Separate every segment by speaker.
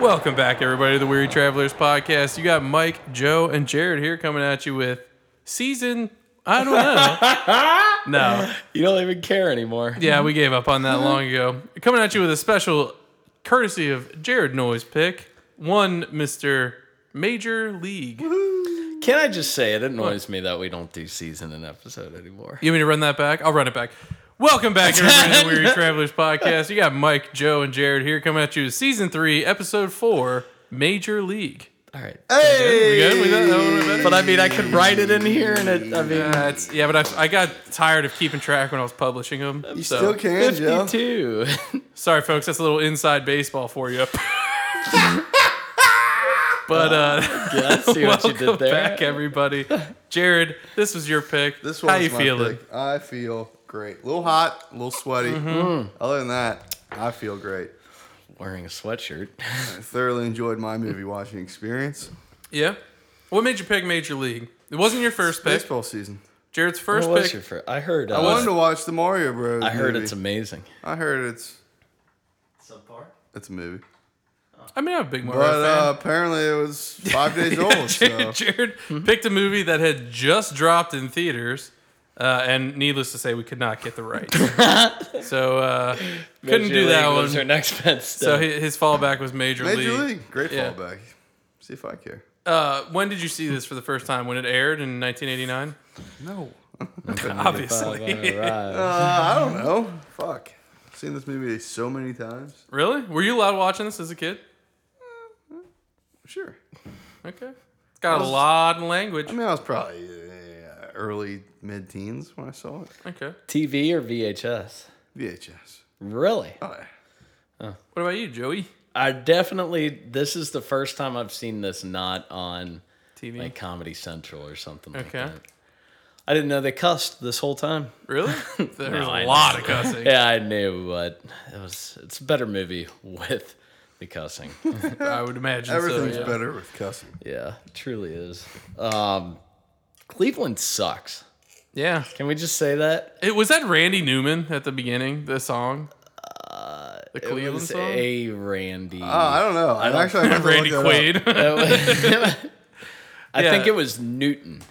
Speaker 1: Welcome back, everybody, to the Weary Travelers podcast. You got Mike, Joe, and Jared here coming at you with season. I don't know. no,
Speaker 2: You don't even care anymore.
Speaker 1: yeah, we gave up on that long ago. Coming at you with a special courtesy of Jared Noise pick one, Mister Major League. You
Speaker 2: Can I just say it annoys me that we don't do season and episode anymore?
Speaker 1: want me to run that back? I'll run it back. Welcome back, everybody, to the Weary Travelers podcast. You got Mike, Joe, and Jared here coming at you with season three, episode four, Major League.
Speaker 2: All right.
Speaker 1: We
Speaker 3: Hey,
Speaker 1: good? We got that one better?
Speaker 2: But I mean, I could write it in here, and it, I mean,
Speaker 1: Uh, it's, yeah, but I, I got tired of keeping track when I was publishing them.
Speaker 3: you
Speaker 1: so.
Speaker 3: still can, Joe.
Speaker 2: fifty-two.
Speaker 1: Sorry, folks, that's a little inside baseball for you. but uh,
Speaker 2: I see what you
Speaker 1: welcome
Speaker 2: did there.
Speaker 1: back, everybody. Jared, this was your pick.
Speaker 3: This
Speaker 1: How
Speaker 3: one's
Speaker 1: you
Speaker 3: my
Speaker 1: feeling? Mm-hmm.
Speaker 3: pick. I feel great. A little hot, a little sweaty.
Speaker 2: Mm.
Speaker 3: Other than that, I feel great.
Speaker 2: Wearing a sweatshirt.
Speaker 3: I thoroughly enjoyed my movie watching experience.
Speaker 1: Yeah. What made you pick Major League? It wasn't your first pick.
Speaker 3: Baseball season.
Speaker 1: Jared's first
Speaker 2: What was
Speaker 1: pick.
Speaker 2: your first? I heard. Uh,
Speaker 3: I wanted to watch the Mario Bros.
Speaker 2: I heard
Speaker 3: movie.
Speaker 2: it's amazing.
Speaker 3: I heard it's it's a movie,
Speaker 1: I mean, I'm a big Mario
Speaker 3: but
Speaker 1: fan.
Speaker 3: uh, apparently it was five days old. So
Speaker 1: Jared, Jared picked a movie that had just dropped in theaters, uh, and needless to say, we could not get the rights. so uh, couldn't
Speaker 2: Major
Speaker 1: do that
Speaker 2: League
Speaker 1: one.
Speaker 2: Was her next best.
Speaker 1: So hi- his fallback was Major,
Speaker 3: Major
Speaker 1: League.
Speaker 3: League, great
Speaker 1: Yeah.
Speaker 3: fallback. See if I care.
Speaker 1: Uh, when did you see this for the first time? When it aired in 1989?
Speaker 3: No, uh,
Speaker 1: Obviously.
Speaker 3: I don't know. Fuck, I've seen this movie so many times.
Speaker 1: really? Were you allowed watching this as a kid?
Speaker 3: Sure.
Speaker 1: Okay. It's got a lot of language.
Speaker 3: I mean, I was probably uh, early mid-teens when I saw it.
Speaker 1: Okay.
Speaker 2: TV or VHS?
Speaker 3: VHS.
Speaker 2: Really?
Speaker 3: Oh, yeah.
Speaker 1: What about you, Joey?
Speaker 2: I definitely. This is the first time I've seen this not on
Speaker 1: TV.
Speaker 2: like Comedy Central or something like
Speaker 1: Okay.
Speaker 2: that. I didn't know they cussed this whole time.
Speaker 1: Really? There was
Speaker 2: I
Speaker 1: a lot of cussing.
Speaker 2: Yeah, I knew, but it was it's a better movie with the cussing.
Speaker 1: I would imagine.
Speaker 3: Everything's
Speaker 1: so, yeah. Mm.
Speaker 3: better with cussing.
Speaker 2: yeah, it truly is. Um, Cleveland sucks.
Speaker 1: Yeah.
Speaker 2: Can we just say that?
Speaker 1: It, was that Randy Newman at the beginning, the song? the
Speaker 2: Uh, it
Speaker 1: Cleveland
Speaker 2: was
Speaker 1: song?
Speaker 2: a Randy.
Speaker 3: Oh, I don't know. I actually have to look
Speaker 1: Randy
Speaker 3: that up.
Speaker 1: Quaid.
Speaker 2: I
Speaker 1: yeah.
Speaker 2: think it was Newton.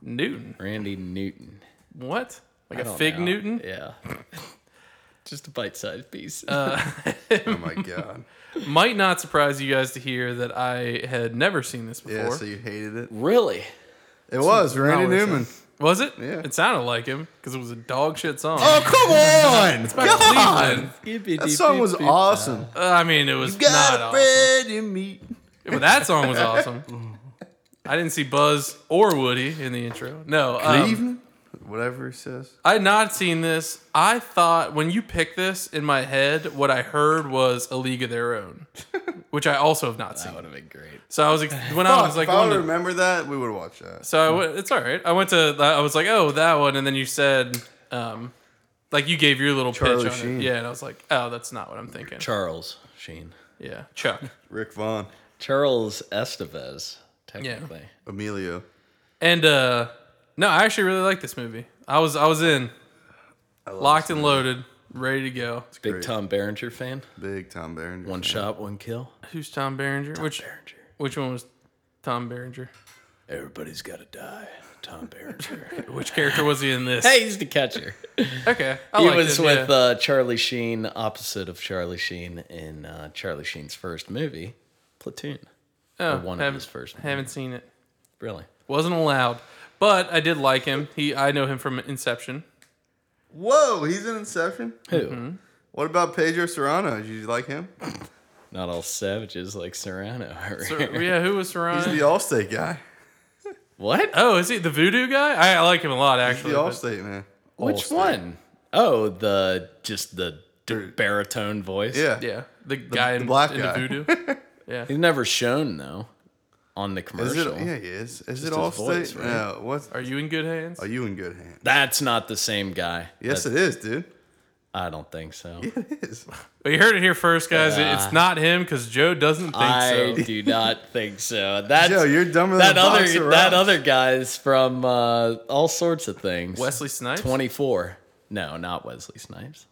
Speaker 1: Newton.
Speaker 2: Randy Newton.
Speaker 1: What? Like
Speaker 2: I
Speaker 1: a
Speaker 2: don't
Speaker 1: fig
Speaker 2: know.
Speaker 1: Newton?
Speaker 2: Yeah. Uh, just a bite-sized piece.
Speaker 3: Oh my god.
Speaker 1: Might not surprise you guys to hear that I had never seen this before.
Speaker 3: Yeah, so you hated it.
Speaker 2: really?
Speaker 3: It was Randy
Speaker 1: what it
Speaker 3: Newman.
Speaker 1: Was it?
Speaker 3: Yeah.
Speaker 1: It sounded like him because it was a dog shit song.
Speaker 3: Oh come on!
Speaker 1: By
Speaker 3: God,
Speaker 1: Cleveland.
Speaker 3: that song was awesome.
Speaker 1: Uh, I mean, it was
Speaker 3: Got
Speaker 1: not
Speaker 3: a
Speaker 1: awesome.
Speaker 3: bread and meat.
Speaker 1: But that song was awesome. I didn't see Buzz or Woody in the intro. No, um,
Speaker 3: Cleveland, whatever he says.
Speaker 1: I had not seen this. I thought when you picked this in my head, what I heard was A League of Their Own, which I also have not
Speaker 2: That
Speaker 1: seen.
Speaker 2: would have been great.
Speaker 1: So I was ex- when I was
Speaker 3: Fuck,
Speaker 1: like,
Speaker 3: if I
Speaker 1: going
Speaker 3: would
Speaker 1: to-
Speaker 3: remember that, we would watch that.
Speaker 1: So I went, it's all right. I went to, I was like, oh, that one. And then you said, um, like you gave your little
Speaker 3: Charlie
Speaker 1: pitch on
Speaker 3: Sheen.
Speaker 1: it. Yeah. And I was like, oh, that's not what I'm thinking.
Speaker 2: Charles Sheen.
Speaker 1: yeah. Chuck.
Speaker 3: Rick Vaughn,
Speaker 2: Charles Estevez, technically.
Speaker 3: Emilio.
Speaker 1: And, uh, no, I actually really like this movie. I was, I was in locked and loaded, ready to go.
Speaker 2: Big
Speaker 3: Great.
Speaker 2: Tom Berenger fan.
Speaker 3: Big Tom Berenger.
Speaker 2: One shot, one kill.
Speaker 1: Who's Tom Berenger? which, which one was Tom Berenger?
Speaker 2: Everybody's got to die. Tom Berenger.
Speaker 1: Which character was he in this?
Speaker 2: hey, he's the catcher.
Speaker 1: okay. I
Speaker 2: he
Speaker 1: liked
Speaker 2: was
Speaker 1: it,
Speaker 2: with
Speaker 1: yeah.
Speaker 2: uh, Charlie Sheen, opposite of Charlie Sheen in uh, Charlie Sheen's first movie, Platoon.
Speaker 1: oh,
Speaker 2: one of
Speaker 1: haven't,
Speaker 2: his first
Speaker 1: Haven't seen it.
Speaker 2: Really?
Speaker 1: Wasn't allowed, but I did like him. He, I know him from Inception.
Speaker 3: Whoa, he's in Inception.
Speaker 2: Who?
Speaker 3: What about Pedro Serrano? Did you like him?
Speaker 2: Not all savages like Serrano. over
Speaker 1: So,
Speaker 2: here.
Speaker 1: yeah. Who was Serrano?
Speaker 3: He's the
Speaker 2: Uh,
Speaker 3: Allstate guy.
Speaker 2: what?
Speaker 1: Oh, is he the voodoo guy? I, I like him a lot,
Speaker 3: He's the
Speaker 1: actually. but-
Speaker 3: Allstate man.
Speaker 2: Which
Speaker 3: Allstate.
Speaker 2: one? Oh, the just the d- baritone voice.
Speaker 3: Yeah.
Speaker 1: yeah, the, guy in,
Speaker 3: the black
Speaker 1: in
Speaker 3: guy.
Speaker 1: the voodoo.
Speaker 2: He's never shown though on the
Speaker 3: Is
Speaker 2: commercial.
Speaker 3: it? Yeah, he is. Is it
Speaker 2: his
Speaker 3: Allstate?
Speaker 2: voice, right?
Speaker 3: No. What?
Speaker 1: Are you in good hands?
Speaker 3: Are you in good hands?
Speaker 2: That's not the same guy.
Speaker 3: Yes,
Speaker 2: That-
Speaker 3: it is, dude.
Speaker 2: I don't think so.
Speaker 3: It is.
Speaker 1: Well, you heard it here first, guys. It- it's not him because Joe doesn't think
Speaker 2: Ah. I
Speaker 1: so.
Speaker 2: do not think so. That's
Speaker 3: Joe, you're dumber than
Speaker 2: that
Speaker 3: a
Speaker 2: other
Speaker 3: box of
Speaker 2: that
Speaker 3: rocks.
Speaker 2: other guy's from uh, all sorts of things.
Speaker 1: Wesley Snipes.
Speaker 2: twenty four. No, not Wesley Snipes.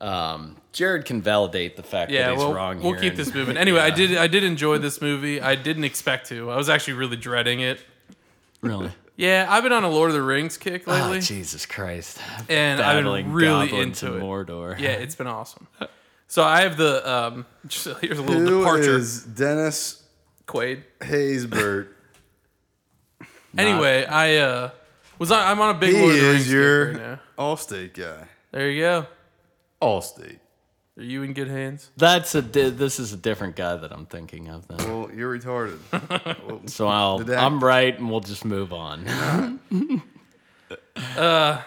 Speaker 2: Um, Jared can validate the fact
Speaker 1: Yeah,
Speaker 2: that he's
Speaker 1: well,
Speaker 2: wrong.
Speaker 1: we'll
Speaker 2: here
Speaker 1: keep
Speaker 2: and-
Speaker 1: this moving. Anyway, I did I did enjoy this movie. I didn't expect to. I was actually really dreading it.
Speaker 2: really.
Speaker 1: Yeah, I've been on a Lord of the Rings kick
Speaker 2: Oh,
Speaker 1: lately,
Speaker 2: Jesus Christ!
Speaker 1: and I've
Speaker 2: Battling
Speaker 1: been really
Speaker 2: goblins
Speaker 1: into
Speaker 2: in
Speaker 1: it.
Speaker 2: Mordor.
Speaker 1: Yeah, it's been awesome. So I have the um. Just, here's a little
Speaker 3: Who
Speaker 1: departure.
Speaker 3: is Dennis
Speaker 1: Quaid.
Speaker 3: Haysbert?
Speaker 1: Anyway, I uh was on, I'm on a big
Speaker 3: he
Speaker 1: Lord of the Rings
Speaker 3: is
Speaker 1: kick
Speaker 3: your
Speaker 1: right now.
Speaker 3: Allstate guy.
Speaker 1: There you go.
Speaker 3: Allstate.
Speaker 1: Are you in good hands?
Speaker 2: That's a. di- This is a different guy that I'm thinking of. Then,
Speaker 3: Well, you're retarded. Well,
Speaker 2: so I'll.
Speaker 3: Did that-
Speaker 2: I'm right, and we'll just move on.
Speaker 1: Yeah,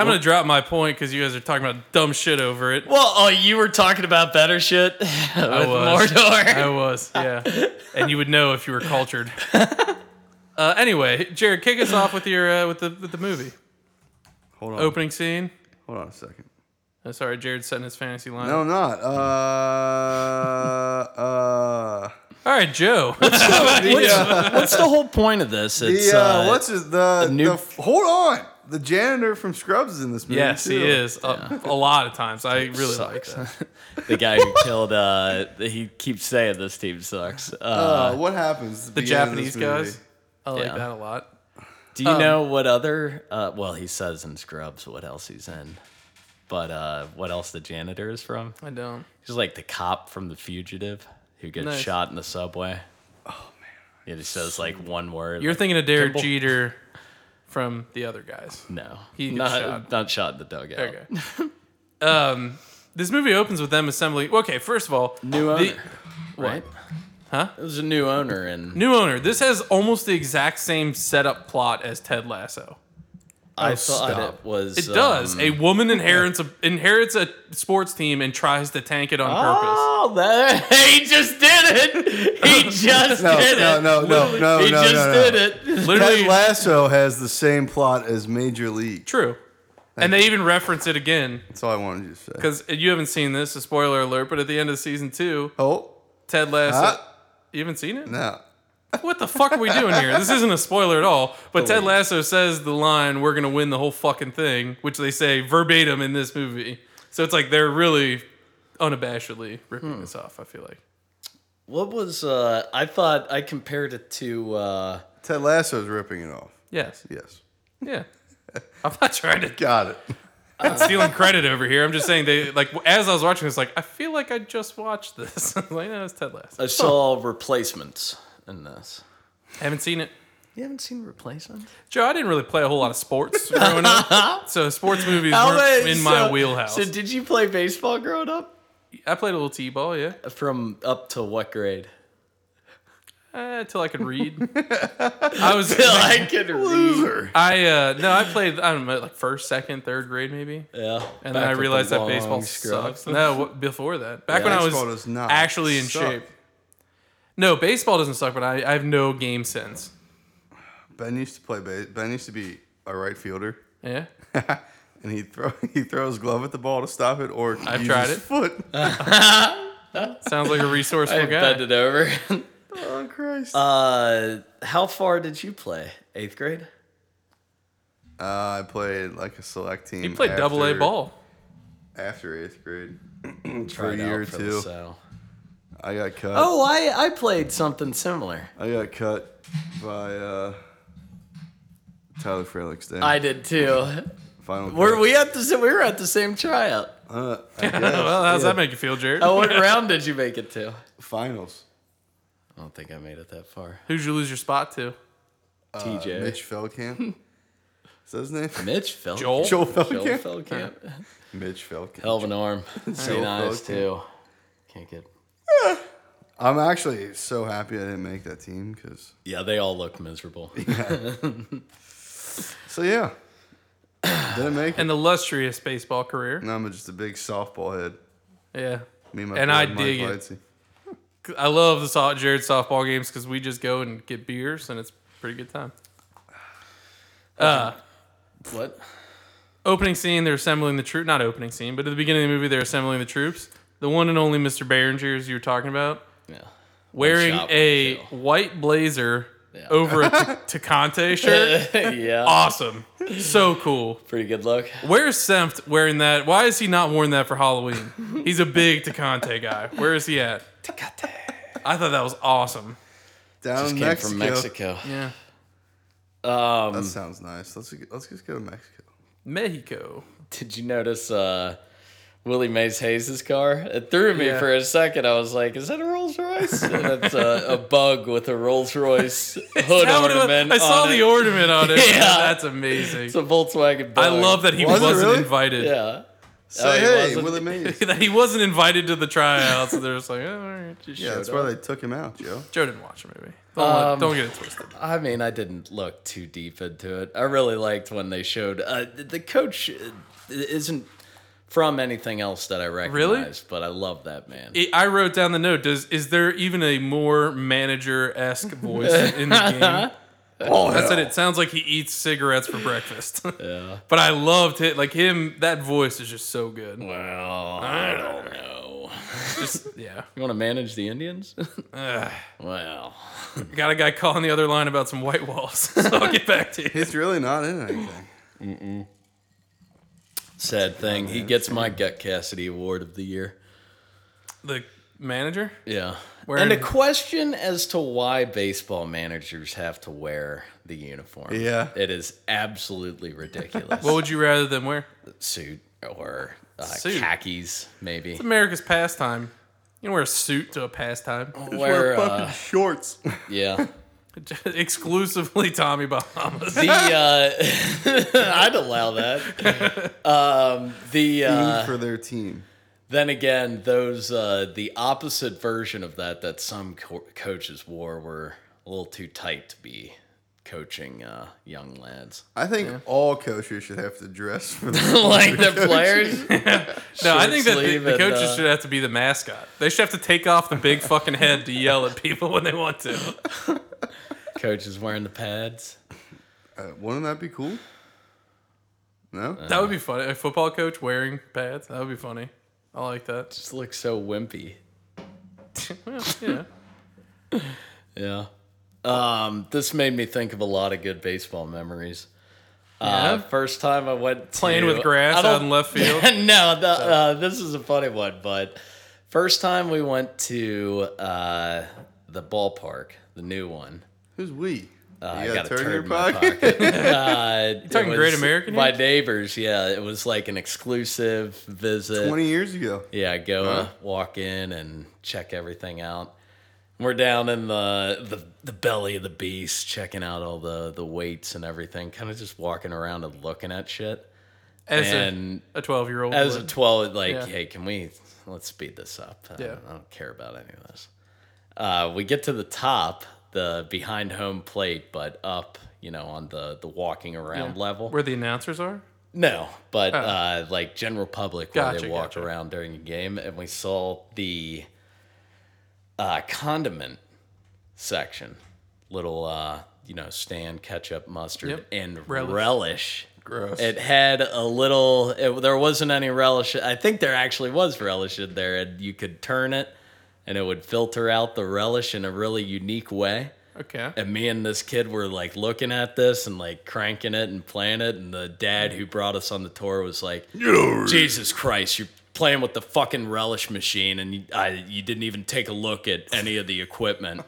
Speaker 1: I'm gonna drop my point because you guys are talking about dumb shit over it.
Speaker 2: Well, oh, you were talking about better shit with
Speaker 1: was.
Speaker 2: Mordor.
Speaker 1: I was, yeah. and you would know if you were cultured. Uh, anyway, Jared, kick us off with your uh, with the with the movie
Speaker 3: hold on.
Speaker 1: opening scene.
Speaker 3: Hold on a second.
Speaker 1: Oh, sorry, Jared's setting his fantasy line.
Speaker 3: No, I'm not. Uh, uh,
Speaker 1: All right, Joe.
Speaker 2: What's the whole point of this? It's
Speaker 3: the, uh,
Speaker 2: uh,
Speaker 3: what's his the,
Speaker 2: new-
Speaker 3: the f- hold on the janitor from Scrubs is in this movie.
Speaker 1: yes, he
Speaker 3: too.
Speaker 1: is. Uh, a lot of times, I really like
Speaker 2: Sucks.
Speaker 1: that.
Speaker 2: the guy who killed. Uh, he keeps saying this team sucks. Uh,
Speaker 3: Uh, what happens? at
Speaker 1: The
Speaker 3: beginning of
Speaker 1: Japanese
Speaker 3: this movie?
Speaker 1: guys. I like
Speaker 2: Yeah.
Speaker 1: that a lot.
Speaker 2: do
Speaker 1: Uh,
Speaker 2: you know
Speaker 1: um,
Speaker 2: what other? Uh, well, he says in Scrubs what else he's in, but uh, what else the janitor is from?
Speaker 1: I don't.
Speaker 2: He's like the cop from The Fugitive who gets
Speaker 1: Nice.
Speaker 2: shot in the subway. Oh man! He just says like one word.
Speaker 1: You're
Speaker 2: like,
Speaker 1: thinking of Derek
Speaker 2: Kimball.
Speaker 1: Jeter from the other guys.
Speaker 2: no,
Speaker 1: He gets
Speaker 2: not
Speaker 1: shot.
Speaker 2: not shot in the dugout.
Speaker 1: Okay. um, this movie opens with them assembling. Okay, first of all,
Speaker 2: New owner,
Speaker 1: the-
Speaker 2: right?
Speaker 1: Huh?
Speaker 2: It was a new owner, and
Speaker 1: New owner. This has almost the exact same setup plot as Ted Lasso.
Speaker 2: I
Speaker 3: Oh,
Speaker 2: thought
Speaker 3: stop.
Speaker 2: it was.
Speaker 1: It does.
Speaker 2: um,
Speaker 1: a woman inherits a inherits a sports team and tries to tank it on purpose.
Speaker 2: Oh, that, he just did it. He just
Speaker 3: No,
Speaker 2: did
Speaker 3: no,
Speaker 2: it.
Speaker 3: no, no, no,
Speaker 2: he
Speaker 3: no,
Speaker 2: just
Speaker 3: no, no.
Speaker 2: did it.
Speaker 1: Literally
Speaker 3: Ted Lasso has the same plot as Major League.
Speaker 1: true. And they even reference it again
Speaker 3: That's all I wanted you to say.
Speaker 1: because you haven't seen this. A spoiler alert! But at the end of season two,
Speaker 3: oh,
Speaker 1: Ted Lasso.
Speaker 3: Huh?
Speaker 1: you haven't seen it?
Speaker 3: no.
Speaker 1: What the fuck are we doing here? This isn't a spoiler at all. But Ted Lasso says the line, "We're gonna win the whole fucking thing," which they say verbatim in this movie. So it's like they're really unabashedly ripping
Speaker 2: Hmm.
Speaker 1: this off. I feel like.
Speaker 2: What was? Uh, I thought I compared it to. Uh,
Speaker 3: Ted Lasso's ripping it off.
Speaker 1: Yes.
Speaker 3: Yes.
Speaker 1: Yeah. I'm not trying to
Speaker 3: Got it.
Speaker 1: get stealing credit over here. I'm just saying they like as I was watching, it's like I feel like I just watched this. I was like, no, it's Ted Lasso.
Speaker 2: I saw replacements in this.
Speaker 1: I haven't seen it.
Speaker 2: You haven't seen replacements?
Speaker 1: Joe, I didn't really play a whole lot of sports growing up, so sports movies weren't in my wheelhouse.
Speaker 2: So did you play baseball growing up?
Speaker 1: I played a little t-ball, yeah,
Speaker 2: From up to what grade?
Speaker 1: until Eh, I could read. I was,
Speaker 2: I could read.
Speaker 1: I uh, no, I played. I don't know, like first, second, third grade, maybe.
Speaker 2: Yeah.
Speaker 1: And then I realized that baseball sucks. No, what, before that, back when I
Speaker 3: baseball
Speaker 1: was
Speaker 3: does not
Speaker 1: actually in
Speaker 3: suck.
Speaker 1: shape. No, baseball doesn't suck, but I, I have no game sense.
Speaker 3: Ben used to play. Ba- ben used to be a right fielder,
Speaker 1: Yeah,
Speaker 3: and he throw he throws glove at the ball to stop it, or I've
Speaker 1: tried it.
Speaker 3: Foot. Uh,
Speaker 1: sounds like a resourceful
Speaker 2: I
Speaker 1: guy.
Speaker 2: bent it over.
Speaker 3: oh Christ.
Speaker 2: uh, how far did you play? Eighth grade?
Speaker 3: Uh, I played like a select team.
Speaker 1: He played double A
Speaker 3: after-
Speaker 1: ball.
Speaker 3: after eighth grade. for a
Speaker 2: Tried out
Speaker 3: year or
Speaker 2: for the
Speaker 3: two.
Speaker 2: so.
Speaker 3: I got cut.
Speaker 2: Oh, I, I played something similar.
Speaker 3: I got cut by uh, Tyler Frelick's day.
Speaker 2: I did too.
Speaker 3: Final
Speaker 2: Were
Speaker 3: cut.
Speaker 2: we at the sa- we were at the same tryout?
Speaker 3: Uh, I guess,
Speaker 1: well, how's
Speaker 3: yeah.
Speaker 1: that make you feel, Jared?
Speaker 2: Oh, what round did you make it to?
Speaker 3: Finals.
Speaker 2: I don't think I made it that far.
Speaker 1: Who'd you lose your spot to?
Speaker 2: TJ, Mitch,
Speaker 3: Mitch Feldkamp. Is that his name?
Speaker 2: Fel-
Speaker 1: Joel?
Speaker 3: Joel
Speaker 2: Joel
Speaker 3: Feldkamp.
Speaker 2: Feldkamp.
Speaker 3: Mitch Feldkamp.
Speaker 2: Hell of an arm. St. Ives
Speaker 3: Feldkamp.
Speaker 2: too. Can't get.
Speaker 3: I'm actually so happy I didn't make that team because.
Speaker 2: Yeah, they all look miserable.
Speaker 3: So yeah, didn't make it.
Speaker 1: An illustrious baseball career.
Speaker 3: Now I'm just a big softball head.
Speaker 1: Yeah.
Speaker 3: Me and my
Speaker 1: And
Speaker 3: buddy
Speaker 1: I
Speaker 3: Mike
Speaker 1: dig it.
Speaker 3: Lightsey.
Speaker 1: I love the so- Jared softball games because we just go and get beers and it's a pretty good time. Uh,
Speaker 2: what?
Speaker 1: opening scene, they're assembling the troop. Not opening scene, but at the beginning of the movie, they're assembling the troops. The one and only Mr. Behringer, as you were talking about,
Speaker 2: Yeah.
Speaker 1: wearing
Speaker 2: shot, one
Speaker 1: a
Speaker 2: kill.
Speaker 1: white blazer
Speaker 2: Yeah.
Speaker 1: over a T- Tecante shirt.
Speaker 2: yeah.
Speaker 1: Awesome. So cool.
Speaker 2: Pretty good look.
Speaker 1: Where's Sempt wearing that? Why is he not worn that for Halloween? He's a big Tecate guy. Where is he at? I thought that was awesome.
Speaker 3: Down
Speaker 2: Just
Speaker 3: in
Speaker 2: came
Speaker 3: Mexico.
Speaker 2: from Mexico. Um,
Speaker 1: Yeah.
Speaker 3: That sounds nice. Let's let's just go to Mexico.
Speaker 2: Oh,
Speaker 1: Mexico.
Speaker 2: Did you notice uh, Willie Mays Hayes' car? It threw me
Speaker 1: Yeah.
Speaker 2: for a second. I was like, "Is that a Rolls Royce?" And it's a, a bug with a Rolls Royce hood
Speaker 1: That would've-
Speaker 2: ornament.
Speaker 1: I saw
Speaker 2: on
Speaker 1: the
Speaker 2: it.
Speaker 1: ornament on it.
Speaker 2: Yeah.
Speaker 1: That's
Speaker 2: It's
Speaker 1: amazing.
Speaker 2: a Volkswagen. Bug.
Speaker 1: I love that he
Speaker 3: Was
Speaker 1: was
Speaker 3: it
Speaker 1: not
Speaker 3: really?
Speaker 1: invited.
Speaker 2: Yeah. Oh,
Speaker 3: Say
Speaker 2: he
Speaker 3: hey,
Speaker 2: wasn't.
Speaker 3: Willie Mays.
Speaker 1: that he wasn't invited to the tryouts. and They're just like, oh, all right, just
Speaker 3: Yeah,
Speaker 1: showed
Speaker 3: that's
Speaker 1: up.
Speaker 3: why they took him out, Joe.
Speaker 1: Joe didn't watch the movie. Don't, let-
Speaker 2: Um,
Speaker 1: don't get it twisted.
Speaker 2: I mean, I didn't look too deep into it. I really liked when they showed uh, the- the coach uh, isn't from anything else that I recognize, but I love that man.
Speaker 1: It, I wrote down the note. Does is there even a more manager esque voice in the game?
Speaker 3: Oh,
Speaker 1: I said
Speaker 3: hell.
Speaker 1: it sounds like he eats cigarettes for breakfast.
Speaker 2: yeah.
Speaker 1: but I loved it. Like him, that voice is just so good.
Speaker 2: Well, I don't know.
Speaker 1: Just yeah.
Speaker 2: You want to manage the Indians?
Speaker 1: Ugh.
Speaker 2: well,
Speaker 1: Got a guy calling the other line about some white walls. so I'll get back to you.
Speaker 3: He's really not in anything.
Speaker 2: sad thing. He gets my Gut Cassidy Award of the Year.
Speaker 1: The manager.
Speaker 2: Yeah.
Speaker 1: Where-
Speaker 2: and a question as to why baseball managers have to wear the uniform.
Speaker 3: Yeah.
Speaker 2: It is absolutely ridiculous.
Speaker 1: What would you rather them wear?
Speaker 2: suit or uh,
Speaker 1: Suit.
Speaker 2: khakis, maybe.
Speaker 1: America's pastime. You can wear a suit to a pastime.
Speaker 2: Where, uh,
Speaker 3: shorts.
Speaker 2: yeah.
Speaker 1: Exclusively Tommy Bahamas.
Speaker 2: The uh, I'd allow that. Um, the uh,
Speaker 3: for their team.
Speaker 2: then again, those uh, the opposite version of that that some co- coaches wore were a little too tight to be coaching uh, young lads,
Speaker 3: I think all coaches should have to dress for the
Speaker 2: like the players.
Speaker 1: No, I think that the,
Speaker 2: sleeve
Speaker 1: the
Speaker 2: and,
Speaker 1: coaches
Speaker 2: uh,
Speaker 1: should have to be the mascot. They should have to take off the big fucking head to yell at people when they want to.
Speaker 2: coaches wearing the pads.
Speaker 3: Uh, wouldn't that be cool? No?
Speaker 2: Uh,
Speaker 1: That would be funny. A football coach wearing pads. That would be funny. I like that.
Speaker 2: Just look so wimpy.
Speaker 1: Well, yeah.
Speaker 2: Yeah. Um, this made me think of a lot of good baseball memories. Uh,
Speaker 1: Yeah.
Speaker 2: first time I went
Speaker 1: Playing
Speaker 2: to-
Speaker 1: with grass
Speaker 2: I don't-
Speaker 1: out in left field.
Speaker 2: no, the, uh, this is a funny one, but first time we went to uh, the ballpark, the new one.
Speaker 3: Who's we?
Speaker 2: Uh,
Speaker 3: you
Speaker 2: I
Speaker 3: got a turn in your
Speaker 2: in my
Speaker 3: pocket?
Speaker 2: uh, you
Speaker 1: talking Great American
Speaker 2: My
Speaker 1: here?
Speaker 2: neighbors, yeah, it was like an exclusive visit.
Speaker 3: 20 years ago.
Speaker 2: Yeah, go uh, walk in and check everything out. We're down in the, the the belly of the beast, checking out all the the weights and everything. Kind of just walking around and looking at shit.
Speaker 1: As
Speaker 2: and
Speaker 1: a twelve year old.
Speaker 2: as a twelve, like,
Speaker 1: Yeah.
Speaker 2: hey, can we let's speed this up? I,
Speaker 1: Yeah.
Speaker 2: don't, I don't care about any of this. Uh, we get to the top, the behind home plate, but up, you know, on the the walking around level.
Speaker 1: where the announcers are.
Speaker 2: No, but uh, like general public where
Speaker 1: Oh. Gotcha,
Speaker 2: they walk
Speaker 1: gotcha.
Speaker 2: around during a game, and we saw the uh, condiment section, little uh, you know stand ketchup, mustard,
Speaker 1: Yep.
Speaker 2: and relish.
Speaker 1: Relish.
Speaker 3: Gross.
Speaker 2: It had a little. It, there wasn't any relish. I think there actually was relish in there, and you could turn it, and it would filter out the relish in a really unique way
Speaker 1: Okay.
Speaker 2: and me and this kid were like looking at this and like cranking it and playing it and the dad who brought us on the tour was like jesus christ you're playing with the fucking relish machine and you, I, you didn't even take a look at any of the equipment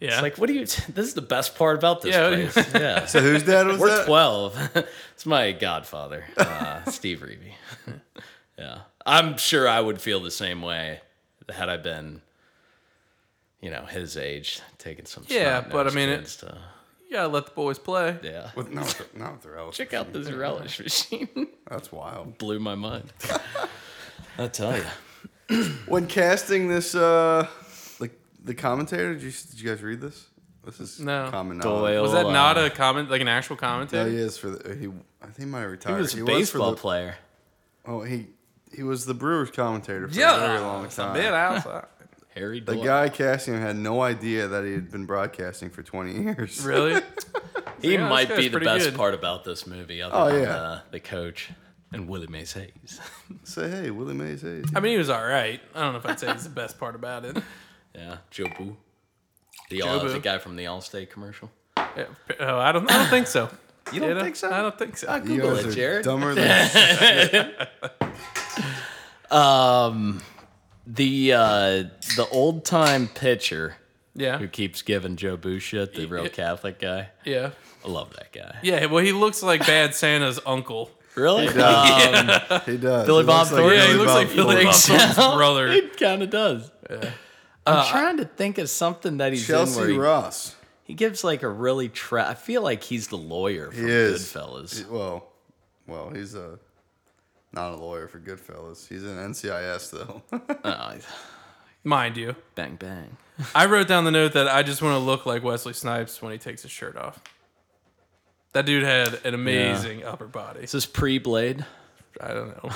Speaker 1: Yeah.
Speaker 2: it's like what do you this is the best part about this
Speaker 1: Yeah, what do you-
Speaker 2: place yeah
Speaker 3: So whose dad was
Speaker 2: we're
Speaker 3: that?
Speaker 2: 12 it's my godfather uh, steve reeve yeah i'm sure i would feel the same way had i been you know his age taking some
Speaker 1: Yeah,
Speaker 2: snot-nosed
Speaker 1: but I mean, it-
Speaker 2: kids to-
Speaker 1: you gotta let the boys play.
Speaker 2: yeah.
Speaker 3: With, no, with the- not with the relish.
Speaker 2: Check out this relish machine.
Speaker 3: That's wild.
Speaker 2: Blew my mind. I tell you.
Speaker 3: When casting this, uh, like the commentator, did you, did you guys read this? This is
Speaker 1: No.
Speaker 3: common
Speaker 2: Doyle.
Speaker 3: knowledge.
Speaker 1: Was that
Speaker 2: Well,
Speaker 1: not
Speaker 2: uh,
Speaker 1: a comment like an actual
Speaker 3: No,
Speaker 1: commentary?
Speaker 3: he is for the. He, I think he might have retired.
Speaker 2: He was a
Speaker 3: for
Speaker 2: baseball
Speaker 3: the-
Speaker 2: player.
Speaker 3: Oh, he he was the Brewers commentator for a very long
Speaker 1: it's a
Speaker 3: time.
Speaker 1: bit outside.
Speaker 2: Harry
Speaker 3: the guy casting him had no idea that he had been broadcasting for 20 years.
Speaker 1: really?
Speaker 2: He
Speaker 1: Yeah, this
Speaker 2: might
Speaker 1: guy's
Speaker 2: be the
Speaker 1: pretty
Speaker 2: best
Speaker 1: good.
Speaker 2: part about this movie, other
Speaker 3: Oh,
Speaker 2: than
Speaker 3: yeah.
Speaker 2: uh, the coach and Willie Mays Hayes.
Speaker 3: Say hey, Willie Mays. Hey,
Speaker 1: I mean, he was all right. I don't know if I'd say he's the best part about it.
Speaker 2: yeah, Joe Boo. The, uh,
Speaker 1: Joe Boo.
Speaker 2: the guy from the Allstate commercial.
Speaker 1: Yeah, Oh, I Uh, don't. I don't think so.
Speaker 2: You don't
Speaker 1: You know?
Speaker 2: think so?
Speaker 1: I don't think so.
Speaker 2: I'll
Speaker 3: You
Speaker 2: Google
Speaker 3: guys
Speaker 2: it,
Speaker 3: are
Speaker 2: Jared.
Speaker 3: dumber than
Speaker 2: The uh, the old time pitcher
Speaker 1: Yeah.
Speaker 2: who keeps giving Joe Boo shit, the real
Speaker 1: Yeah.
Speaker 2: Catholic guy.
Speaker 1: Yeah.
Speaker 2: I love that guy.
Speaker 1: Yeah. Well, he looks like Bad Santa's uncle.
Speaker 2: Really?
Speaker 3: he does.
Speaker 2: Billy Bob
Speaker 3: He looks
Speaker 2: Thornton?
Speaker 1: Yeah, he
Speaker 2: Billy
Speaker 1: looks like Billy Bob
Speaker 2: Thornton.
Speaker 1: Thornton's brother.
Speaker 2: It kind of does. I'm
Speaker 1: Uh,
Speaker 2: trying to think of something that he's in where
Speaker 3: Chelsea
Speaker 2: he-
Speaker 3: Ross.
Speaker 2: he, gives like a really tra- I feel like he's the lawyer from
Speaker 3: He is.
Speaker 2: Goodfellas.
Speaker 3: Well, well, he's a not a lawyer for Goodfellas. He's an NCIS though.
Speaker 2: Oh, he's-
Speaker 1: Mind you,
Speaker 2: bang bang.
Speaker 1: I wrote down the note that I just want to look like Wesley Snipes when he takes his shirt off. That dude had an amazing upper body.
Speaker 2: Is this pre Blade?
Speaker 1: I don't know.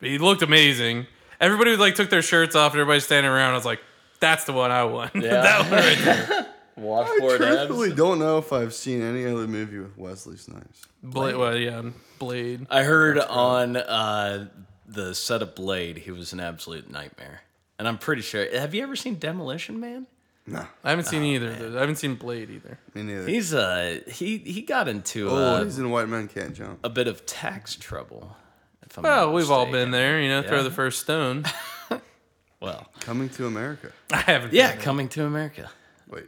Speaker 1: But he looked amazing. Everybody like took their shirts off and everybody's standing around. I was like, that's the one I want. that one right there.
Speaker 3: I truthfully don't know if I've seen any other movie with Wesley Snipes.
Speaker 1: Blade. Well, yeah, Blade.
Speaker 2: I heard on uh, the set of Blade, he was an absolute nightmare. And I'm pretty sure. Have you ever seen Demolition Man?
Speaker 3: Nah,
Speaker 1: I haven't seen either of those. I haven't seen Blade either.
Speaker 3: me neither.
Speaker 2: He's uh he he got into
Speaker 3: oh,
Speaker 2: uh,
Speaker 3: he's in White Men Can't Jump.
Speaker 2: a bit of tax trouble. If I'm
Speaker 1: Well,
Speaker 2: not
Speaker 1: Oh, we've all
Speaker 2: mistaken.
Speaker 1: been there, you know,
Speaker 2: Yeah.
Speaker 1: throw the first stone.
Speaker 2: Well,
Speaker 3: Coming to America.
Speaker 1: I haven't.
Speaker 2: yeah,
Speaker 1: been there.
Speaker 2: coming to America.
Speaker 3: Wait.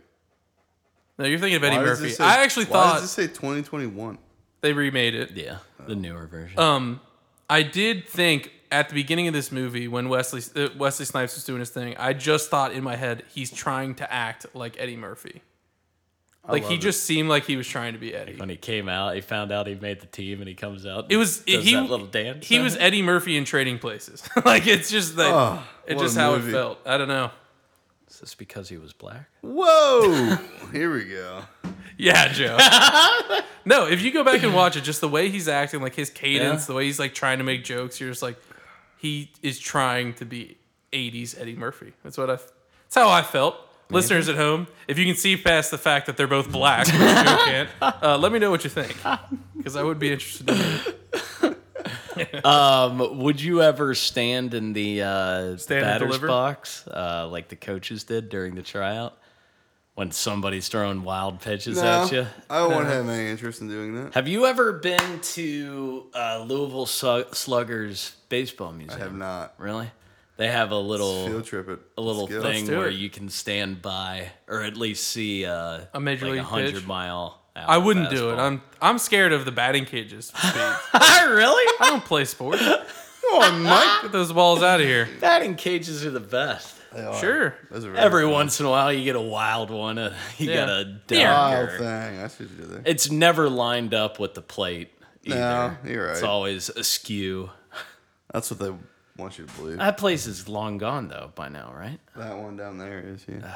Speaker 1: No, you're thinking of Eddie
Speaker 3: why does
Speaker 1: Murphy.
Speaker 3: this say-
Speaker 1: I actually
Speaker 3: why
Speaker 1: thought
Speaker 3: does this say 2021?
Speaker 1: they remade it.
Speaker 2: Yeah, the newer version.
Speaker 1: Um, I did think at the beginning of this movie when Wesley uh, Wesley Snipes was doing his thing, I just thought in my head he's trying to act like Eddie Murphy. Like he
Speaker 3: love
Speaker 1: just seemed like he was trying to be Eddie.
Speaker 2: when he came out, he found out he made the team, and he comes out.
Speaker 1: It was
Speaker 2: does
Speaker 1: he
Speaker 2: that little dance.
Speaker 1: He was Eddie Murphy in Trading Places. like it's just that
Speaker 3: Oh,
Speaker 1: it's
Speaker 3: what
Speaker 1: just
Speaker 3: a
Speaker 1: how
Speaker 3: movie.
Speaker 1: it felt. I don't know.
Speaker 2: Is this because he was black?
Speaker 3: Whoa! Here we go.
Speaker 1: Yeah, Joe. no, if you go back and watch it, just the way he's acting, like his cadence,
Speaker 2: Yeah.
Speaker 1: the way he's like trying to make jokes, you're just like, he is trying to be 80s Eddie Murphy. That's what I. That's how I felt. Listeners at home, if you can see past the fact that they're both black, which you can't, uh, let me know what you think, because I would be interested. To know.
Speaker 2: Um, would you ever stand in the uh,
Speaker 1: Stand and
Speaker 2: batter's
Speaker 1: deliver?
Speaker 2: box uh, like the coaches did during the tryout when somebody's throwing wild pitches
Speaker 3: No,
Speaker 2: at you?
Speaker 3: I won't have any interest in doing that.
Speaker 2: Have you ever been to uh, Louisville Slug- Sluggers baseball museum?
Speaker 3: I have not.
Speaker 2: Really? They have a little
Speaker 3: Field trip it.
Speaker 2: a little
Speaker 3: Let's go.
Speaker 2: thing
Speaker 1: do
Speaker 2: where
Speaker 1: it.
Speaker 2: you can stand by or at least see uh,
Speaker 1: A major
Speaker 2: like
Speaker 1: league pitch?
Speaker 2: hundred mile.
Speaker 1: I wouldn't do it. I'm I'm scared of the batting cages. I
Speaker 2: really?
Speaker 1: don't play sports.
Speaker 3: Come on, Mike.
Speaker 1: Get those balls out of here.
Speaker 2: Batting cages are the best.
Speaker 3: They are.
Speaker 1: Sure.
Speaker 3: Those are very
Speaker 2: Every
Speaker 3: cool.
Speaker 2: once in a while, you get a wild one. Uh, you
Speaker 1: Yeah.
Speaker 2: got a
Speaker 1: Yeah.
Speaker 3: Wild
Speaker 2: dagger.
Speaker 3: thing. That's what you do there.
Speaker 2: It's never lined up with the plate. Either.
Speaker 3: No, you're
Speaker 2: It's
Speaker 3: right.
Speaker 2: always askew.
Speaker 3: That's what they want you to believe.
Speaker 2: That place is long gone though by now, right?
Speaker 3: That one down there is yeah.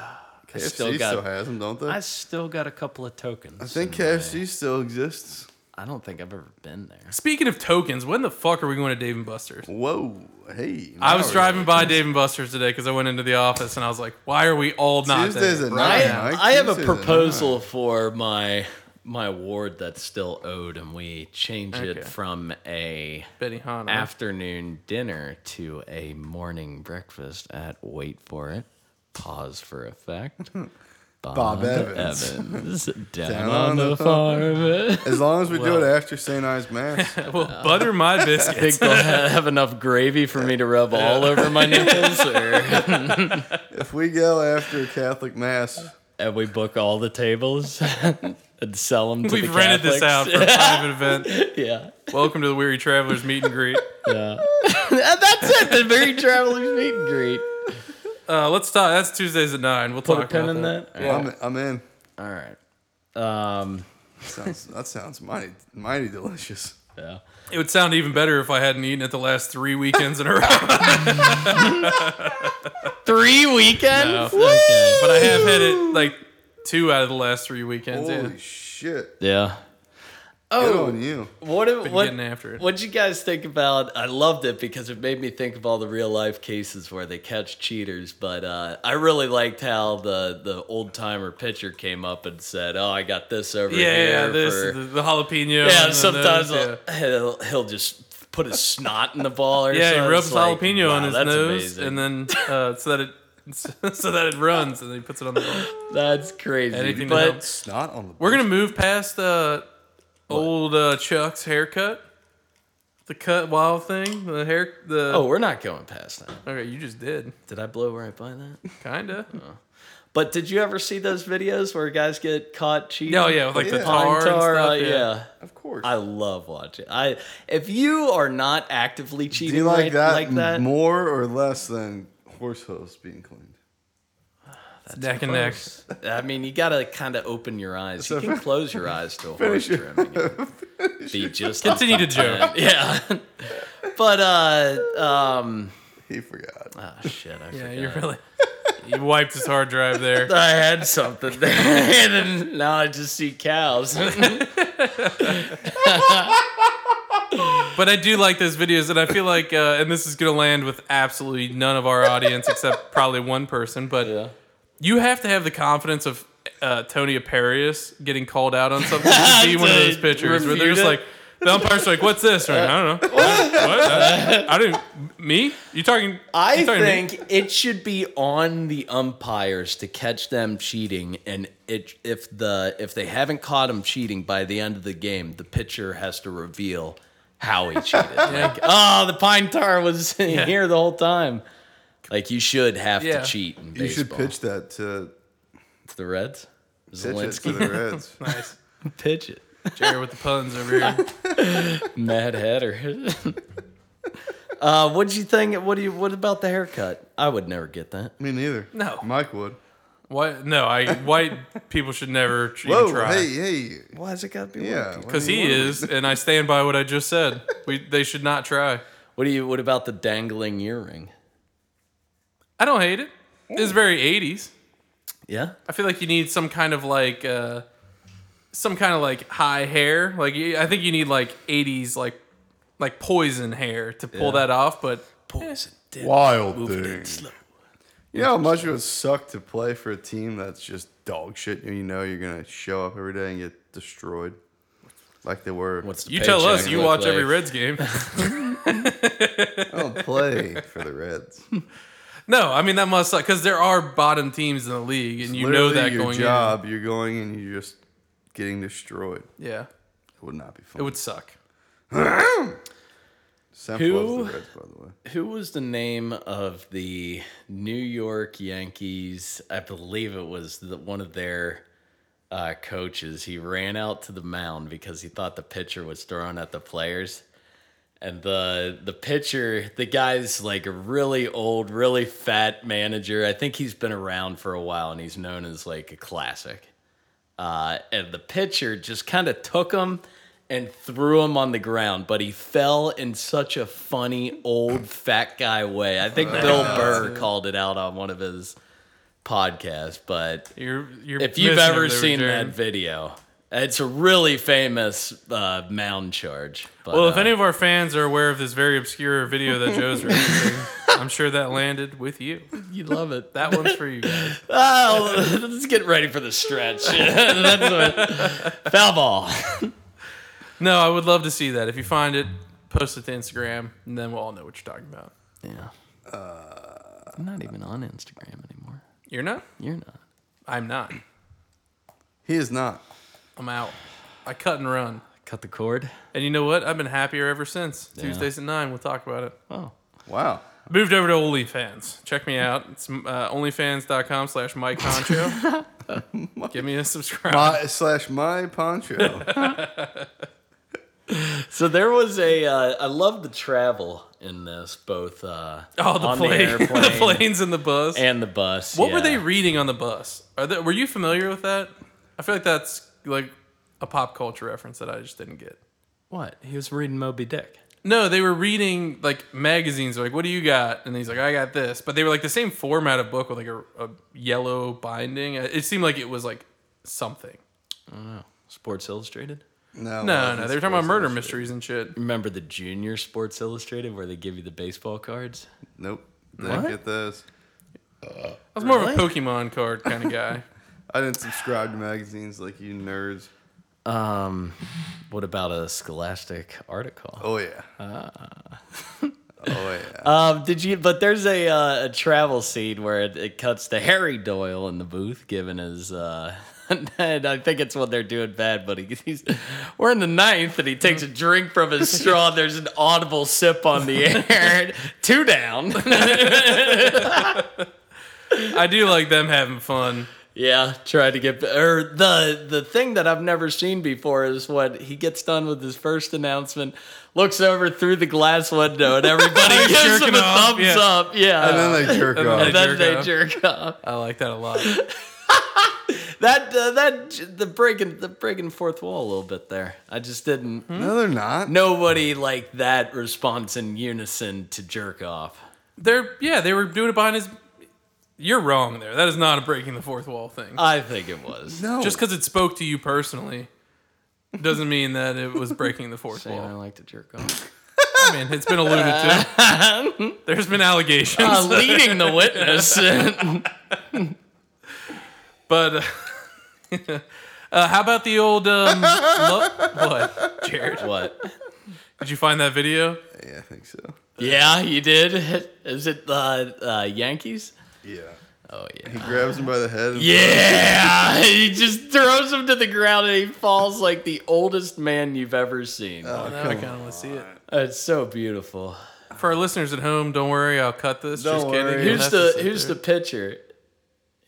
Speaker 3: KFC
Speaker 2: I still
Speaker 3: still,
Speaker 2: got-
Speaker 3: has them, don't they?
Speaker 2: I
Speaker 3: I,
Speaker 2: still got a couple of tokens. I
Speaker 3: think KFC still exists.
Speaker 2: I don't think I've ever been there.
Speaker 1: Speaking of tokens, when the fuck are we going to Dave and Buster's?
Speaker 3: Whoa, hey!
Speaker 1: I
Speaker 3: now
Speaker 1: was
Speaker 3: we're
Speaker 1: driving by Dave and Buster's today because I went into the office and I was like, "Why are we all not
Speaker 3: Tuesdays
Speaker 1: there?"
Speaker 3: at
Speaker 1: right
Speaker 3: night.
Speaker 1: now?"
Speaker 2: I,
Speaker 3: Mike,
Speaker 2: I have a
Speaker 3: this isn't
Speaker 2: proposal for my my ward that's still owed, and we change
Speaker 1: Okay.
Speaker 2: it from a
Speaker 1: Benihana.
Speaker 2: afternoon dinner to a morning breakfast at wait for it pause for effect bob,
Speaker 3: Evans.
Speaker 2: Evans, down, on the farm
Speaker 3: As long as we do it after St. Ives Mass,
Speaker 1: well, butter my
Speaker 2: I
Speaker 1: biscuits.
Speaker 2: think they'll ha- have enough gravy for me to rub all over my nipples or,
Speaker 3: if we go after Catholic Mass,
Speaker 2: and we book all the tables and sell them to
Speaker 1: We've
Speaker 2: the
Speaker 1: rented this out for
Speaker 2: Catholics.
Speaker 1: a private event.
Speaker 2: yeah
Speaker 1: Welcome to the Weary Travelers meet and greet.
Speaker 2: that's it the very travelers meet and greet
Speaker 1: Uh, let's talk. That's Tuesdays at nine. We'll
Speaker 2: put
Speaker 1: talk
Speaker 2: a pin
Speaker 1: about
Speaker 2: in
Speaker 1: that.
Speaker 2: that all right,
Speaker 3: I'm, I'm in.
Speaker 2: all right. Um,
Speaker 3: Sounds that sounds mighty mighty delicious.
Speaker 2: yeah.
Speaker 1: It would sound even better if I hadn't eaten it the last three weekends in a row.
Speaker 2: Three weekends?
Speaker 1: okay. But I have had it like two out of the last three weekends.
Speaker 3: Holy
Speaker 1: Yeah.
Speaker 3: shit!
Speaker 2: Yeah.
Speaker 3: Good
Speaker 2: Oh,
Speaker 3: on you.
Speaker 2: what did
Speaker 1: Been
Speaker 2: what,
Speaker 1: getting after it.
Speaker 2: what'd you guys think about? I loved it because it made me think of all the real life cases where they catch cheaters. But uh, I really liked how the, the old timer pitcher came up and said, "Oh, I got this over
Speaker 1: Yeah,
Speaker 2: here."
Speaker 1: yeah, this
Speaker 2: for-
Speaker 1: the, the jalapeno. and
Speaker 2: yeah."
Speaker 1: the
Speaker 2: Sometimes
Speaker 1: nose, yeah.
Speaker 2: he'll, he'll he'll just put his snot in the ball or
Speaker 1: Yeah,
Speaker 2: something.
Speaker 1: he rubs
Speaker 2: It's like,
Speaker 1: jalapeno
Speaker 2: wow,
Speaker 1: on his
Speaker 2: that's
Speaker 1: nose,
Speaker 2: amazing.
Speaker 1: and then uh, so that it so that it runs, and then he puts it on the ball.
Speaker 2: that's crazy.
Speaker 1: Anything to
Speaker 2: but
Speaker 1: help.
Speaker 3: Snot on the.
Speaker 1: We're gonna move past uh, old uh, Chuck's haircut, the cut wild thing, the hair, the
Speaker 2: Oh, we're not going past that.
Speaker 1: okay, you just did,
Speaker 2: Did I blow right by that?
Speaker 1: kinda.
Speaker 2: But did you ever see those videos where guys get caught cheating?
Speaker 1: No, yeah, with like the
Speaker 3: Yeah.
Speaker 1: tar,
Speaker 2: Pine
Speaker 1: and
Speaker 2: tar,
Speaker 1: stuff,
Speaker 2: uh,
Speaker 1: yeah.
Speaker 2: yeah.
Speaker 3: Of course.
Speaker 2: I love watching. I if you are not actively
Speaker 3: Do
Speaker 2: cheating
Speaker 3: you like
Speaker 2: right-
Speaker 3: that,
Speaker 2: like that,
Speaker 3: more or less than horse hooves being cleaned?
Speaker 1: It's neck and neck.
Speaker 2: I mean, you gotta kind of open your eyes. You can close your eyes to a horse
Speaker 3: Finish it.
Speaker 2: trimming. and Be just
Speaker 1: Continue to joke.
Speaker 2: yeah. but uh, um,
Speaker 3: He forgot.
Speaker 2: oh shit, I
Speaker 1: Yeah,
Speaker 2: forgot.
Speaker 1: you really you wiped his hard drive there.
Speaker 2: I had something there, and then now I just see cows.
Speaker 1: But I do like those videos, and I feel like, uh, and this is gonna land with absolutely none of our audience except probably one person. But you have to have the confidence of uh, Tony Aparius getting called out on something to be one of those
Speaker 2: To
Speaker 1: pitchers where they're
Speaker 2: refute
Speaker 1: just
Speaker 2: it?
Speaker 1: like. The umpire's like, "What's this?" Right? I don't know. What? I didn't. Me? You talking?
Speaker 2: I
Speaker 1: you talking to me?
Speaker 2: think it should be on the umpires to catch them cheating, and it, if the if they haven't caught them cheating by the end of the game, the pitcher has to reveal how he cheated. Like, oh, the pine tar was in
Speaker 1: Yeah.
Speaker 2: here the whole time. Like you should have
Speaker 1: Yeah.
Speaker 2: to cheat. In
Speaker 3: You should
Speaker 2: baseball.
Speaker 3: pitch that to
Speaker 2: to the Reds.
Speaker 3: pitch it to
Speaker 2: Zelensky,
Speaker 3: the Reds.
Speaker 1: nice.
Speaker 2: pitch it.
Speaker 1: Jerry with the puns over here.
Speaker 2: Mad Hatter. uh, what'd you think? What do you? What about the haircut? I would never get that.
Speaker 3: Me neither.
Speaker 1: No.
Speaker 3: Mike would.
Speaker 1: What? No, I white people should never even
Speaker 3: Whoa,
Speaker 1: try.
Speaker 3: Oh, hey, hey.
Speaker 2: Why is it got to be?
Speaker 3: Yeah. what
Speaker 1: Because
Speaker 3: do you
Speaker 1: he
Speaker 3: want?
Speaker 1: is, and I stand by what I just said. We they should not try.
Speaker 2: What do you? What about the dangling earring?
Speaker 1: I don't hate it. It's very '80s.
Speaker 2: Yeah.
Speaker 1: I feel like you need some kind of like, uh, some kind of like high hair. Like you- I think you need like '80s like, like poison hair to pull that off. But
Speaker 2: Poison. dip,
Speaker 3: Wild
Speaker 2: moving
Speaker 3: thing.
Speaker 2: it slow.
Speaker 3: You know how much it would suck to play for a team that's just dog shit. You know you're gonna show up every day and get destroyed, like they were.
Speaker 2: What's the
Speaker 1: you tell us,
Speaker 2: paycheck
Speaker 1: you
Speaker 2: look
Speaker 1: watch
Speaker 2: like?
Speaker 1: every Reds game.
Speaker 3: I don't play for the Reds.
Speaker 1: no, I mean that must suck because there are bottom teams in the league, and you know
Speaker 3: Literally
Speaker 1: that
Speaker 3: your
Speaker 1: going
Speaker 3: job. You're going and you're just getting destroyed.
Speaker 1: in. Yeah,
Speaker 3: It would not be fun.
Speaker 1: it would suck.
Speaker 3: Seth
Speaker 2: Who-
Speaker 3: loves the Reds, by the way.
Speaker 2: Who was the name of the New York Yankees? I believe it was the, one of their uh, coaches. He ran out to the mound because he thought the pitcher was throwing at the players. And the the pitcher, the guy's like a really old, really fat manager. I think he's been around for a while and he's known as like a classic. Uh, and the pitcher just kind of took him and threw him on the ground, but he fell in such a funny old fat guy way. I think Bill Burr called it out on one of his podcasts, but
Speaker 1: You're, you're
Speaker 2: if you've
Speaker 1: missing
Speaker 2: ever
Speaker 1: the
Speaker 2: seen
Speaker 1: return.
Speaker 2: that video, it's a really famous uh, mound charge. But,
Speaker 1: Well, if
Speaker 2: uh,
Speaker 1: any of our fans are aware of this very obscure video that Joe's referencing, I'm sure that landed with you.
Speaker 2: you love it.
Speaker 1: That one's for you guys.
Speaker 2: Oh, let's get ready for the stretch. That's what, foul ball.
Speaker 1: No, I would love to see that. If you find it, post it to Instagram, and then we'll all know what you're talking about.
Speaker 2: Yeah. Uh, I'm not even on Instagram anymore.
Speaker 1: You're not?
Speaker 2: You're not.
Speaker 1: I'm not.
Speaker 3: He is not.
Speaker 1: I'm out. I cut and run.
Speaker 2: Cut the cord.
Speaker 1: And you know what? I've been happier ever since. Tuesdays at 9, we'll talk about it.
Speaker 2: Oh.
Speaker 3: Wow.
Speaker 1: Moved over to OnlyFans. Check me out. It's uh, onlyfans.com slash Mike Concho. Give me a subscribe.
Speaker 3: My, Uh, slash my poncho.
Speaker 2: So there was a. Uh, I love the travel in this, both uh,
Speaker 1: oh, the
Speaker 2: on
Speaker 1: plane. The,
Speaker 2: airplane
Speaker 1: planes and the bus.
Speaker 2: and the bus.
Speaker 1: What were
Speaker 2: yeah.
Speaker 1: they reading on the bus? Are they, were you familiar with that? I feel like that's like a pop culture reference that I just didn't get.
Speaker 2: What he was reading Moby Dick.
Speaker 1: No, they were reading like magazines. Like, what do you got? And he's like, I got this. But they were like the same format of book with like a, a yellow binding. Uh, It seemed like it was like something.
Speaker 2: Sports Illustrated.
Speaker 3: No,
Speaker 1: No, no, they were talking about
Speaker 3: Sports
Speaker 1: murder
Speaker 3: Illustrated.
Speaker 1: mysteries and shit.
Speaker 2: Remember the junior Sports Illustrated where they give you the baseball cards?
Speaker 3: Nope. Didn't
Speaker 2: What?
Speaker 3: get those.
Speaker 1: I was more of a
Speaker 2: Really?
Speaker 1: Pokemon card kind of guy.
Speaker 3: I didn't subscribe to magazines like you nerds.
Speaker 2: Um, what about a Scholastic article?
Speaker 3: Oh yeah.
Speaker 1: Uh.
Speaker 3: oh yeah.
Speaker 2: Um, did you? But there's a uh, a travel scene where it, it cuts to Harry Doyle in the booth giving his uh, and then I think it's when they're doing bad, but he, he's we're in the ninth, and he takes a
Speaker 3: Mm-hmm.
Speaker 2: drink from his straw. And there's an audible sip on the air, and two down.
Speaker 1: I do like them having fun.
Speaker 2: yeah, try to get or the the thing that I've never seen before is when he gets done with his first announcement, looks over through the glass window, and everybody gives him
Speaker 1: Jerking
Speaker 2: a
Speaker 1: off,
Speaker 2: thumbs
Speaker 1: yeah.
Speaker 2: up. Yeah,
Speaker 3: And then they jerk
Speaker 1: And then
Speaker 3: off.
Speaker 1: they-
Speaker 2: and then they
Speaker 1: jerk
Speaker 2: jerk off.
Speaker 1: I like that a lot.
Speaker 2: That uh, that the breaking the breaking fourth wall a little bit there. I just didn't.
Speaker 3: No, they're not.
Speaker 2: Nobody like that responds in unison to jerk off.
Speaker 1: They're yeah, they were doing it behind his. You're wrong there. That is not a breaking the fourth wall thing.
Speaker 2: I think it was.
Speaker 3: No.
Speaker 1: Just because it spoke to you personally doesn't mean that it was breaking the fourth
Speaker 2: Saying I
Speaker 1: wall.
Speaker 2: like to jerk off.
Speaker 1: I mean, it's been alluded to. There's been allegations,
Speaker 2: Uh, leading the witness.
Speaker 1: but uh, uh, how about the old um, lo- what? Jared,
Speaker 2: what?
Speaker 1: did you find that video?
Speaker 3: Yeah, I think so.
Speaker 2: Yeah, you did. Is it the uh, Yankees?
Speaker 3: Yeah.
Speaker 2: Oh
Speaker 3: He
Speaker 2: yeah.
Speaker 3: grabs him by the head. And
Speaker 2: Yeah, he just throws him to the ground and he falls like the oldest man you've ever seen.
Speaker 3: Oh,
Speaker 1: Now I
Speaker 3: come
Speaker 1: kind
Speaker 3: on.
Speaker 1: of want to see it.
Speaker 2: it's so beautiful.
Speaker 1: For our listeners at home, don't worry, I'll cut this.
Speaker 3: Don't
Speaker 1: Just
Speaker 3: worry.
Speaker 1: kidding.
Speaker 2: Here's
Speaker 1: You'll have
Speaker 2: the
Speaker 1: to sit
Speaker 2: here's
Speaker 1: there.
Speaker 2: the picture.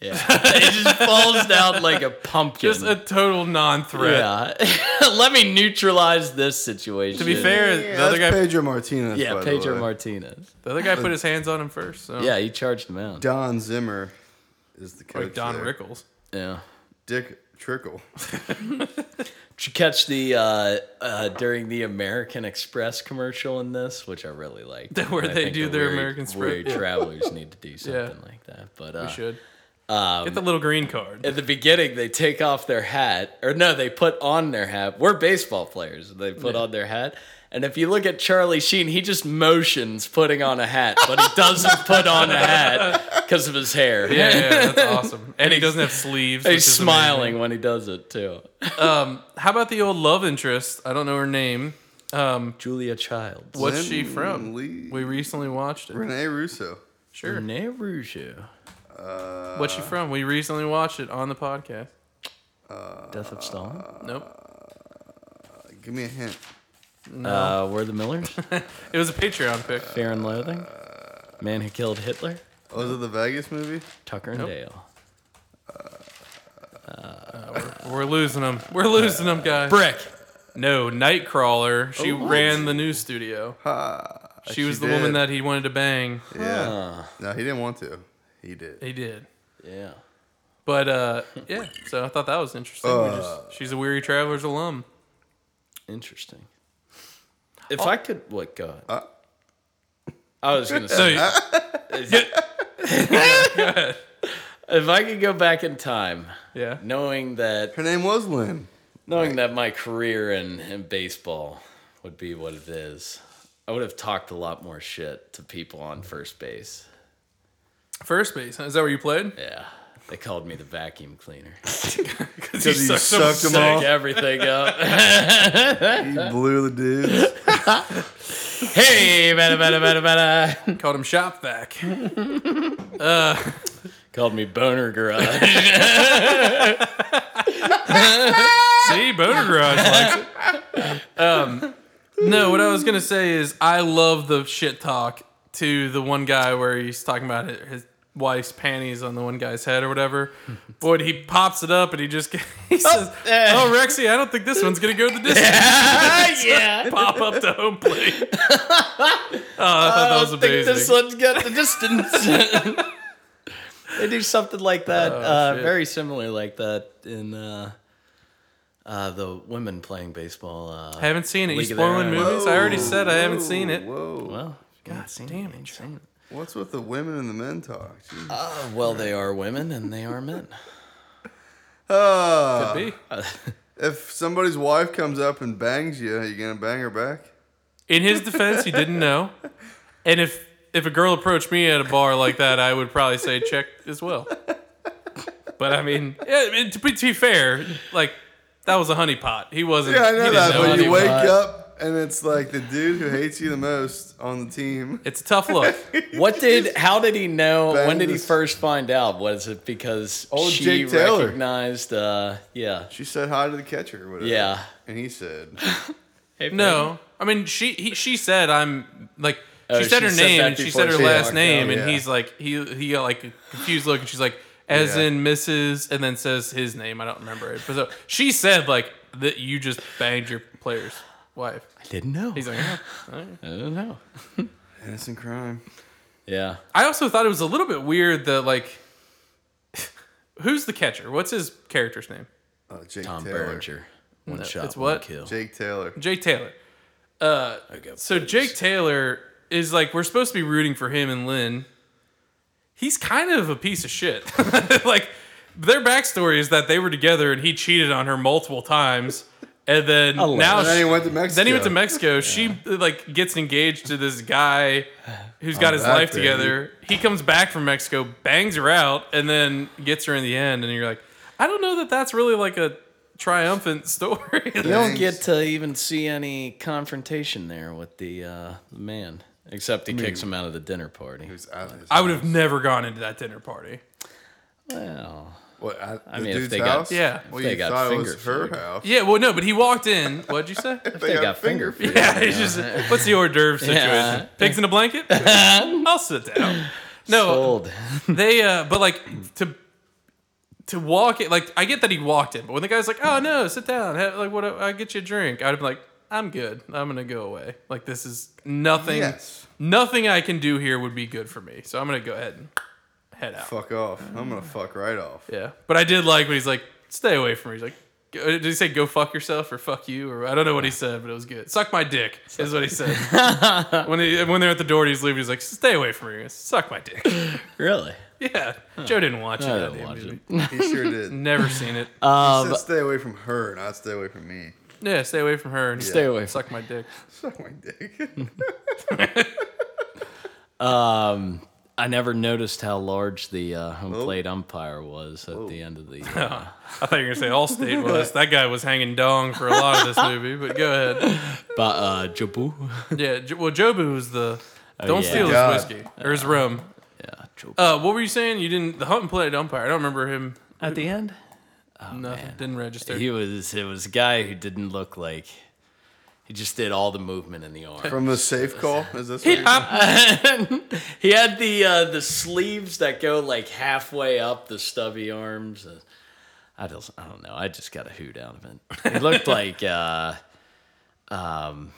Speaker 2: Yeah, it just falls down like a pumpkin.
Speaker 1: just a total non-threat.
Speaker 2: yeah, let me neutralize this situation.
Speaker 1: To be fair,
Speaker 3: Yeah,
Speaker 1: the other guy
Speaker 3: that's Pedro Martinez.
Speaker 2: yeah,
Speaker 3: by the
Speaker 2: Pedro
Speaker 3: way.
Speaker 2: Martinez.
Speaker 1: the other guy put his hands on him first. So.
Speaker 2: Yeah, he charged him out.
Speaker 3: Don Zimmer is the coach.
Speaker 1: like Don
Speaker 3: there.
Speaker 1: Rickles.
Speaker 2: Yeah.
Speaker 3: Dick Trickle.
Speaker 2: Did you catch the uh, uh, during the American Express commercial in this, which I really liked?
Speaker 1: Where
Speaker 2: I
Speaker 1: they
Speaker 2: think
Speaker 1: do
Speaker 2: the
Speaker 1: their
Speaker 2: weary-
Speaker 1: American Express.
Speaker 2: weary
Speaker 1: Yeah.
Speaker 2: travelers need to do something like that. But uh,
Speaker 1: We should. Get the little green card.
Speaker 2: at the beginning they take off their hat or no they put on their hat we're baseball players they put on their hat and if you look at charlie sheen he just motions putting on a hat but he doesn't put on a hat because of his hair
Speaker 1: yeah, yeah, that's awesome. And he doesn't have sleeves. which
Speaker 2: he's
Speaker 1: is
Speaker 2: smiling when he does it too
Speaker 1: amazing. How about the old love interest? I don't know her name. Um,
Speaker 2: julia childs
Speaker 1: what's
Speaker 3: Lynn
Speaker 1: she from?
Speaker 3: Lee-
Speaker 1: We recently watched it.
Speaker 3: Rene Russo.
Speaker 1: Sure.
Speaker 2: Rene Rougeau,
Speaker 1: What's she
Speaker 3: Uh,
Speaker 1: from? We recently watched it on the podcast.
Speaker 2: death of stalin
Speaker 3: uh,
Speaker 1: Uh, Nope.
Speaker 3: Give me a hint.
Speaker 2: uh, we're the millers
Speaker 1: It was a Patreon pick.
Speaker 2: fear and loathing man who killed hitler
Speaker 3: Was Oh, it the Vegas movie?
Speaker 2: tucker and dale
Speaker 3: uh,
Speaker 1: We're losing them. We're losing them, guys.
Speaker 2: brick
Speaker 1: No, Nightcrawler. She ran the news studio. she was
Speaker 3: Oh, she
Speaker 1: the woman
Speaker 3: did.
Speaker 1: that he wanted to bang.
Speaker 3: Yeah. No, he didn't want to. He did.
Speaker 1: He did.
Speaker 2: Uh, yeah
Speaker 1: But uh, yeah, so I thought that was interesting. We
Speaker 3: Uh.
Speaker 1: just, she's a Weary Travelers alum.
Speaker 2: Interesting. If I could, what? Go ahead. I was gonna
Speaker 1: So
Speaker 2: say if I could go back in time,
Speaker 1: yeah,
Speaker 2: knowing that
Speaker 3: Her name was Lynn.
Speaker 2: knowing that my career in, in baseball would be what it is, I would have talked a lot more shit to people on first base.
Speaker 1: first base. huh? Is that where you played?
Speaker 2: Yeah, they called me the vacuum cleaner.
Speaker 1: Because
Speaker 3: Because he sucked them all.
Speaker 2: Pick everything up.
Speaker 3: He blew the dudes.
Speaker 2: hey, bada bada bada bada.
Speaker 1: Called him shop vac. All
Speaker 2: Called me boner garage.
Speaker 1: See, Boner Garage likes it. Um, no, what I was gonna say is I love the shit talk to the one guy where he's talking about his- his wife's panties on the one guy's head or whatever. Boy, he pops it up and he just he says,
Speaker 2: eh.
Speaker 1: "Oh, Rexy, I don't think this one's gonna go the distance."
Speaker 2: yeah.
Speaker 1: Pop up to home plate. oh, I thought that
Speaker 2: Uh, I
Speaker 1: was
Speaker 2: don't think
Speaker 1: amazing.
Speaker 2: this one's got the distance. they do something like that, uh,
Speaker 1: Oh, shit.
Speaker 2: very similar like that in uh, uh, the women playing baseball. Uh,
Speaker 1: I haven't seen it. You
Speaker 2: League of
Speaker 1: spoiling
Speaker 2: Their Own.
Speaker 1: movies? I already said I haven't
Speaker 3: Whoa,
Speaker 1: seen it.
Speaker 3: Whoa.
Speaker 2: well, God
Speaker 1: damn it,
Speaker 3: What's with the women and the men talk? Jeez.
Speaker 1: Uh,
Speaker 2: uh, well, they are women and they are men.
Speaker 3: Ah,
Speaker 1: Be.
Speaker 3: if somebody's wife comes up and bangs you, are you gonna bang her back?
Speaker 1: In his defense, he didn't know. And if if a girl approached me at a bar like that, I would probably say check as well. But I mean, yeah, I mean, to, be, to be fair, like that was a honeypot. He wasn't.
Speaker 3: Yeah, I know
Speaker 1: he didn't
Speaker 3: that.
Speaker 1: know
Speaker 3: But
Speaker 1: anyone.
Speaker 3: you wake
Speaker 2: anyone.
Speaker 3: up and it's like the dude who hates you the most on the team.
Speaker 1: It's a tough look.
Speaker 2: What did? How did he know?
Speaker 3: Bang
Speaker 2: When did he
Speaker 3: this-
Speaker 2: first find out? Was it because
Speaker 1: Oh,
Speaker 3: Old
Speaker 2: she
Speaker 3: Jake Taylor.
Speaker 2: recognized? Uh, yeah,
Speaker 3: She said hi to the catcher or whatever.
Speaker 2: yeah.
Speaker 3: And he said,
Speaker 1: No, I mean she he, she said I'm like
Speaker 2: Oh,
Speaker 1: she said
Speaker 2: she
Speaker 1: her
Speaker 2: said
Speaker 1: name
Speaker 2: that
Speaker 1: and she
Speaker 2: before
Speaker 1: said her
Speaker 2: she
Speaker 1: last
Speaker 2: walked
Speaker 1: name
Speaker 3: out,
Speaker 1: and
Speaker 3: yeah.
Speaker 1: he's like he he got like a confused look and she's like as
Speaker 3: Yeah.
Speaker 1: in Mrs. and then says his name I don't remember it but so she said like that you just banged your player's wife.
Speaker 2: I didn't know.
Speaker 1: He's like "Oh, all right."
Speaker 2: I don't know.
Speaker 3: innocent crime.
Speaker 2: Yeah,
Speaker 1: I also thought it was a little bit weird that like who's the catcher? What's his character's name?
Speaker 3: Oh, Jake
Speaker 2: Tom
Speaker 3: Taylor.
Speaker 2: Berenger. One
Speaker 1: No,
Speaker 2: shot,
Speaker 1: it's
Speaker 2: one
Speaker 1: what?
Speaker 2: kill.
Speaker 3: Jake Taylor.
Speaker 1: Jake Taylor.
Speaker 2: I go,
Speaker 1: So Jake Taylor is like we're supposed to be rooting for him and Lynn. He's kind of a piece of shit. like their backstory is that they were together and he cheated on her multiple times, and then
Speaker 2: love
Speaker 1: now
Speaker 3: And then he
Speaker 1: she-
Speaker 3: went to Mexico.
Speaker 1: then he went to Mexico. She like gets engaged to this guy who's got
Speaker 3: Oh,
Speaker 1: his
Speaker 3: that
Speaker 1: life
Speaker 3: thing.
Speaker 1: together. He comes back from Mexico, bangs her out, and then gets her in the end. And you're like, I don't know that that's really like a triumphant story.
Speaker 2: You don't get to even see any confrontation there with the uh, man, except he kicks him out of the dinner party.
Speaker 3: He was out of his
Speaker 1: I would have never gone into that dinner party.
Speaker 2: Well,
Speaker 3: What, at the
Speaker 2: mean, if
Speaker 3: dude's
Speaker 2: they got-
Speaker 3: house?
Speaker 1: Yeah.
Speaker 3: Well,
Speaker 2: they
Speaker 3: you
Speaker 2: got
Speaker 3: thought it
Speaker 2: finger
Speaker 3: was her
Speaker 2: food.
Speaker 3: house.
Speaker 1: Yeah, well, no, but he walked in. What'd you say?
Speaker 3: They,
Speaker 2: got finger food.
Speaker 1: Yeah, he's just what's the hors d'oeuvre situation?
Speaker 2: Yeah.
Speaker 1: Pigs in a blanket? I'll sit down. No,
Speaker 2: old.
Speaker 1: they uh but like to to walk it like I get that he walked in, but when the guy's like, "Oh no, sit down. Have, like what I get you a drink." I'd have been like, "I'm good. I'm going to go away. Like this is nothing
Speaker 3: Yes.
Speaker 1: nothing I can do here would be good for me. So I'm going to go ahead and head out."
Speaker 3: Fuck off. I'm gonna fuck right off.
Speaker 1: Yeah. But I did like when he's like, "Stay away from me." He's like, go- did he say go fuck yourself or fuck you or I don't know what he said, but it was good. Suck my dick is what he said. when he, when they're at the door, and he's leaving. He's like, stay away from me. Suck my dick.
Speaker 2: Really?
Speaker 1: Yeah, Joe didn't watch it.
Speaker 2: I
Speaker 1: that
Speaker 2: didn't
Speaker 1: damn
Speaker 2: watch Uh, Um,
Speaker 1: movie.
Speaker 3: He sure did. He
Speaker 1: Never seen it.
Speaker 3: said stay away from her, not stay away from me.
Speaker 1: yeah, stay away from her. And
Speaker 2: Stay away.
Speaker 1: Suck my dick.
Speaker 3: Suck my dick.
Speaker 2: Um, I never noticed how large the uh, home plate umpire was at the end of the. Uh,
Speaker 1: I thought you were gonna say Allstate was. That guy was hanging dong for a lot of this movie. But go ahead.
Speaker 2: but uh, Jabu.
Speaker 1: Yeah. Jo- Well, Jobu was the. Don't
Speaker 2: Oh, yeah.
Speaker 1: steal his
Speaker 3: God.
Speaker 1: whiskey or his rum.
Speaker 2: yeah, Jabu.
Speaker 1: Uh, what were you saying? You didn't the hunt and play umpire. I don't remember him.
Speaker 2: at the end,
Speaker 1: Nothing didn't register.
Speaker 2: he was. It was a guy who didn't look like. He just did all the movement in the arm.
Speaker 3: From the safe call? Is this what
Speaker 1: He-
Speaker 3: you-
Speaker 1: I-
Speaker 2: he had the uh, the sleeves that go like halfway up the stubby arms. Uh, I don't I don't know. I just got a hoot out of it. It looked like uh, um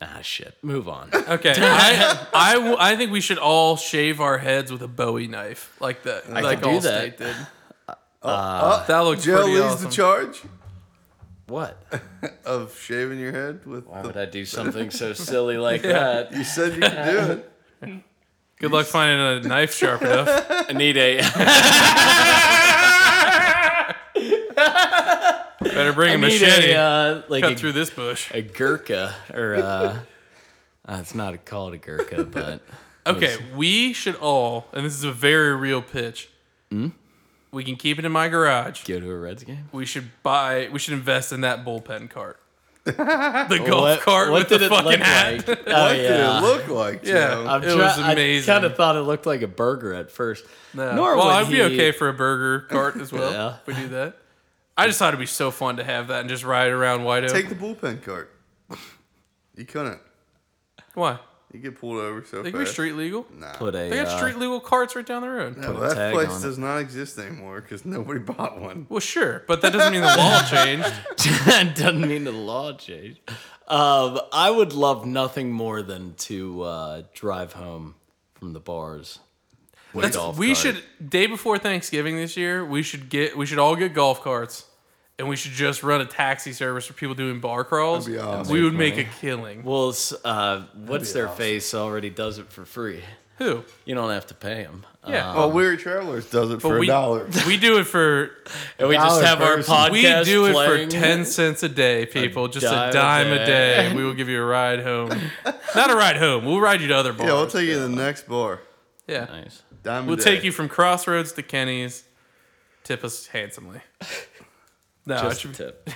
Speaker 2: ah shit. Move on.
Speaker 1: okay, I, I w- I think we should all shave our heads with a Bowie knife like that. like
Speaker 2: do
Speaker 1: all
Speaker 2: that.
Speaker 1: did.
Speaker 3: Oh,
Speaker 1: That looks
Speaker 3: Joe
Speaker 1: pretty
Speaker 3: leads
Speaker 1: awesome.
Speaker 3: the charge
Speaker 2: What?
Speaker 3: of shaving your head with.
Speaker 2: Why
Speaker 3: the-
Speaker 2: would I do something so silly like that?
Speaker 3: you said you could do it.
Speaker 1: Good luck finding a knife sharp enough.
Speaker 2: I need a
Speaker 1: Better bring a
Speaker 2: need
Speaker 1: machete.
Speaker 2: a uh, like
Speaker 1: Cut
Speaker 2: a,
Speaker 1: through this bush.
Speaker 2: a Gurkha or uh, uh it's not called a Gurkha, but
Speaker 1: Okay, we should all, and this is a very real pitch.
Speaker 2: Hmm?
Speaker 1: We can keep it in my garage.
Speaker 2: go to a Reds game.
Speaker 1: We should buy. We should invest in that bullpen cart. The golf
Speaker 2: What-
Speaker 1: cart
Speaker 2: what
Speaker 1: with the
Speaker 2: did it
Speaker 1: fucking
Speaker 2: look
Speaker 1: hat.
Speaker 2: like? Oh,
Speaker 3: What did
Speaker 2: yeah.
Speaker 3: it look like, Joe?
Speaker 1: Yeah.
Speaker 2: I'm
Speaker 1: It was amazing.
Speaker 2: I kind of thought it looked like a burger at first.
Speaker 1: Yeah.
Speaker 2: Nor
Speaker 1: well,
Speaker 2: would
Speaker 1: I'd be
Speaker 2: he-
Speaker 1: okay for a burger cart as well.
Speaker 2: Yeah.
Speaker 1: If we do that. I just thought it'd be so fun to have that and just ride around White Oak.
Speaker 3: Take the bullpen cart. You couldn't.
Speaker 1: Why?
Speaker 3: You get pulled over so
Speaker 1: They
Speaker 3: fast.
Speaker 1: can be street legal.
Speaker 3: Nah.
Speaker 2: Put a
Speaker 1: They got
Speaker 2: uh,
Speaker 1: street legal carts right down the road.
Speaker 3: No,
Speaker 2: put a
Speaker 3: that
Speaker 2: tag
Speaker 3: place
Speaker 2: on it.
Speaker 3: does not exist anymore because nobody bought one.
Speaker 1: Well, sure, but that doesn't mean the law changed.
Speaker 2: doesn't mean the law changed. Um, I would love nothing more than to uh, drive home from the bars. with
Speaker 1: That's-
Speaker 2: golf
Speaker 1: we
Speaker 2: cart.
Speaker 1: should day before Thanksgiving this year. We should get we should all get golf carts, and we should just run a taxi service for people doing bar crawls.
Speaker 3: That'd be awesome.
Speaker 1: We would make a killing.
Speaker 2: Well, s- uh, what's their face already does it for free.
Speaker 1: Who?
Speaker 2: You don't have to pay Uh, them.
Speaker 1: Yeah.
Speaker 3: Well, Weary Travelers does it Oh, for a
Speaker 1: we,
Speaker 3: dollar.
Speaker 1: we do it for
Speaker 2: and we just
Speaker 3: Dollar
Speaker 2: have our
Speaker 3: person.
Speaker 2: podcast.
Speaker 1: we do it
Speaker 2: playing.
Speaker 1: for ten cents a day, people. just
Speaker 2: dime
Speaker 1: a
Speaker 2: a
Speaker 1: dime a
Speaker 2: day.
Speaker 1: day. and we will give you a ride home. Not a ride home. We'll ride you to other bars.
Speaker 3: Yeah, we'll take you to the next bar.
Speaker 1: Yeah.
Speaker 2: Nice.
Speaker 3: Diamond
Speaker 1: We'll
Speaker 3: Day.
Speaker 1: take you from Crossroads to Kenny's. Tip us handsomely. No, I,
Speaker 2: Just a
Speaker 1: should-
Speaker 2: tip.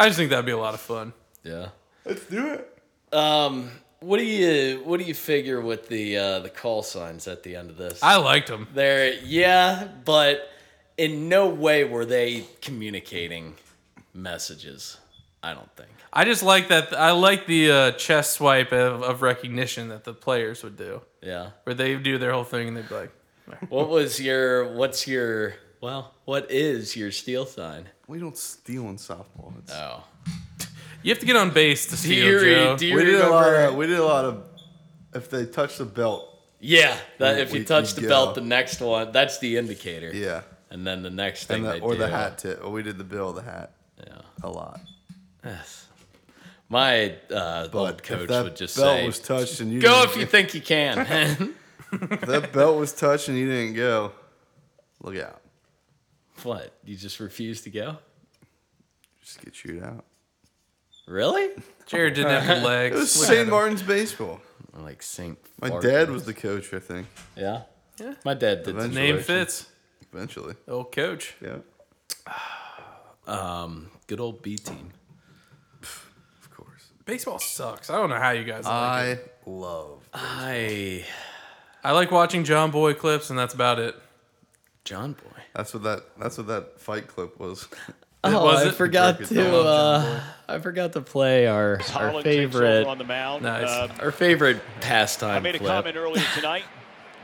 Speaker 1: I just think that'd be a lot of fun.
Speaker 2: Yeah.
Speaker 3: Let's do it.
Speaker 2: Um, what do you what do you figure with the uh, the call signs at the end of this?
Speaker 1: I liked him.
Speaker 2: They're yeah, but in no way were they communicating messages. I don't think.
Speaker 1: I just like that. I like the uh, chest swipe of, of recognition that the players would do,
Speaker 2: Yeah.
Speaker 1: where they do their whole thing and they'd be like,
Speaker 2: What was your what's your well, what is your steal sign?
Speaker 3: We don't steal in softball. It's,
Speaker 2: Oh.
Speaker 1: "You have to get on base to
Speaker 2: Do
Speaker 1: steal,
Speaker 2: you,
Speaker 1: Joe."
Speaker 2: re- do you
Speaker 3: we did a
Speaker 2: remember?
Speaker 3: lot of. We did a lot of. If they touch the belt,
Speaker 2: yeah, that,
Speaker 3: We-
Speaker 2: if you
Speaker 3: we-
Speaker 2: touch the
Speaker 3: we go.
Speaker 2: belt, the next one that's the indicator.
Speaker 3: yeah,
Speaker 2: And then the next thing
Speaker 3: and the,
Speaker 2: they
Speaker 3: or
Speaker 2: do,
Speaker 3: the hat tip. we did the bill, the hat,
Speaker 2: Yeah.
Speaker 3: a lot.
Speaker 2: Yes. My uh, old
Speaker 3: But
Speaker 2: coach
Speaker 3: if that
Speaker 2: would just
Speaker 3: belt
Speaker 2: say,
Speaker 3: was touched and you
Speaker 2: "Go
Speaker 3: didn't
Speaker 2: if you think you can."
Speaker 3: If that belt was touched and you didn't go, look out.
Speaker 2: what? You just refuse to go?
Speaker 3: Just get chewed out.
Speaker 2: Really?
Speaker 1: Jared didn't have the legs.
Speaker 3: It was
Speaker 1: Look at
Speaker 3: St.
Speaker 1: him.
Speaker 3: Martin's baseball.
Speaker 2: Like Saint.
Speaker 3: My
Speaker 2: Barthes.
Speaker 3: dad was the coach, I think,
Speaker 2: Yeah. My dad did.
Speaker 3: Eventually.
Speaker 1: Name fits.
Speaker 3: eventually.
Speaker 1: Oh, coach.
Speaker 3: Yeah,
Speaker 2: some Good old B team.
Speaker 3: of course.
Speaker 1: Baseball sucks. I don't know how you guys. like it.
Speaker 3: I love.
Speaker 2: I
Speaker 1: I like watching John Boy clips, and that's about it.
Speaker 2: John Boy.
Speaker 3: That's what that. That's what that fight clip was.
Speaker 2: Oh,
Speaker 1: was
Speaker 2: I
Speaker 1: it?
Speaker 2: forgot
Speaker 3: Jerk
Speaker 2: to.
Speaker 3: it down,
Speaker 2: Uh, I forgot to play our our
Speaker 4: Holland takes
Speaker 2: favorite
Speaker 4: over on the mound.
Speaker 1: Nice.
Speaker 4: Uh,
Speaker 2: our favorite
Speaker 4: I
Speaker 2: pastime
Speaker 4: made a
Speaker 2: flip.
Speaker 4: comment earlier tonight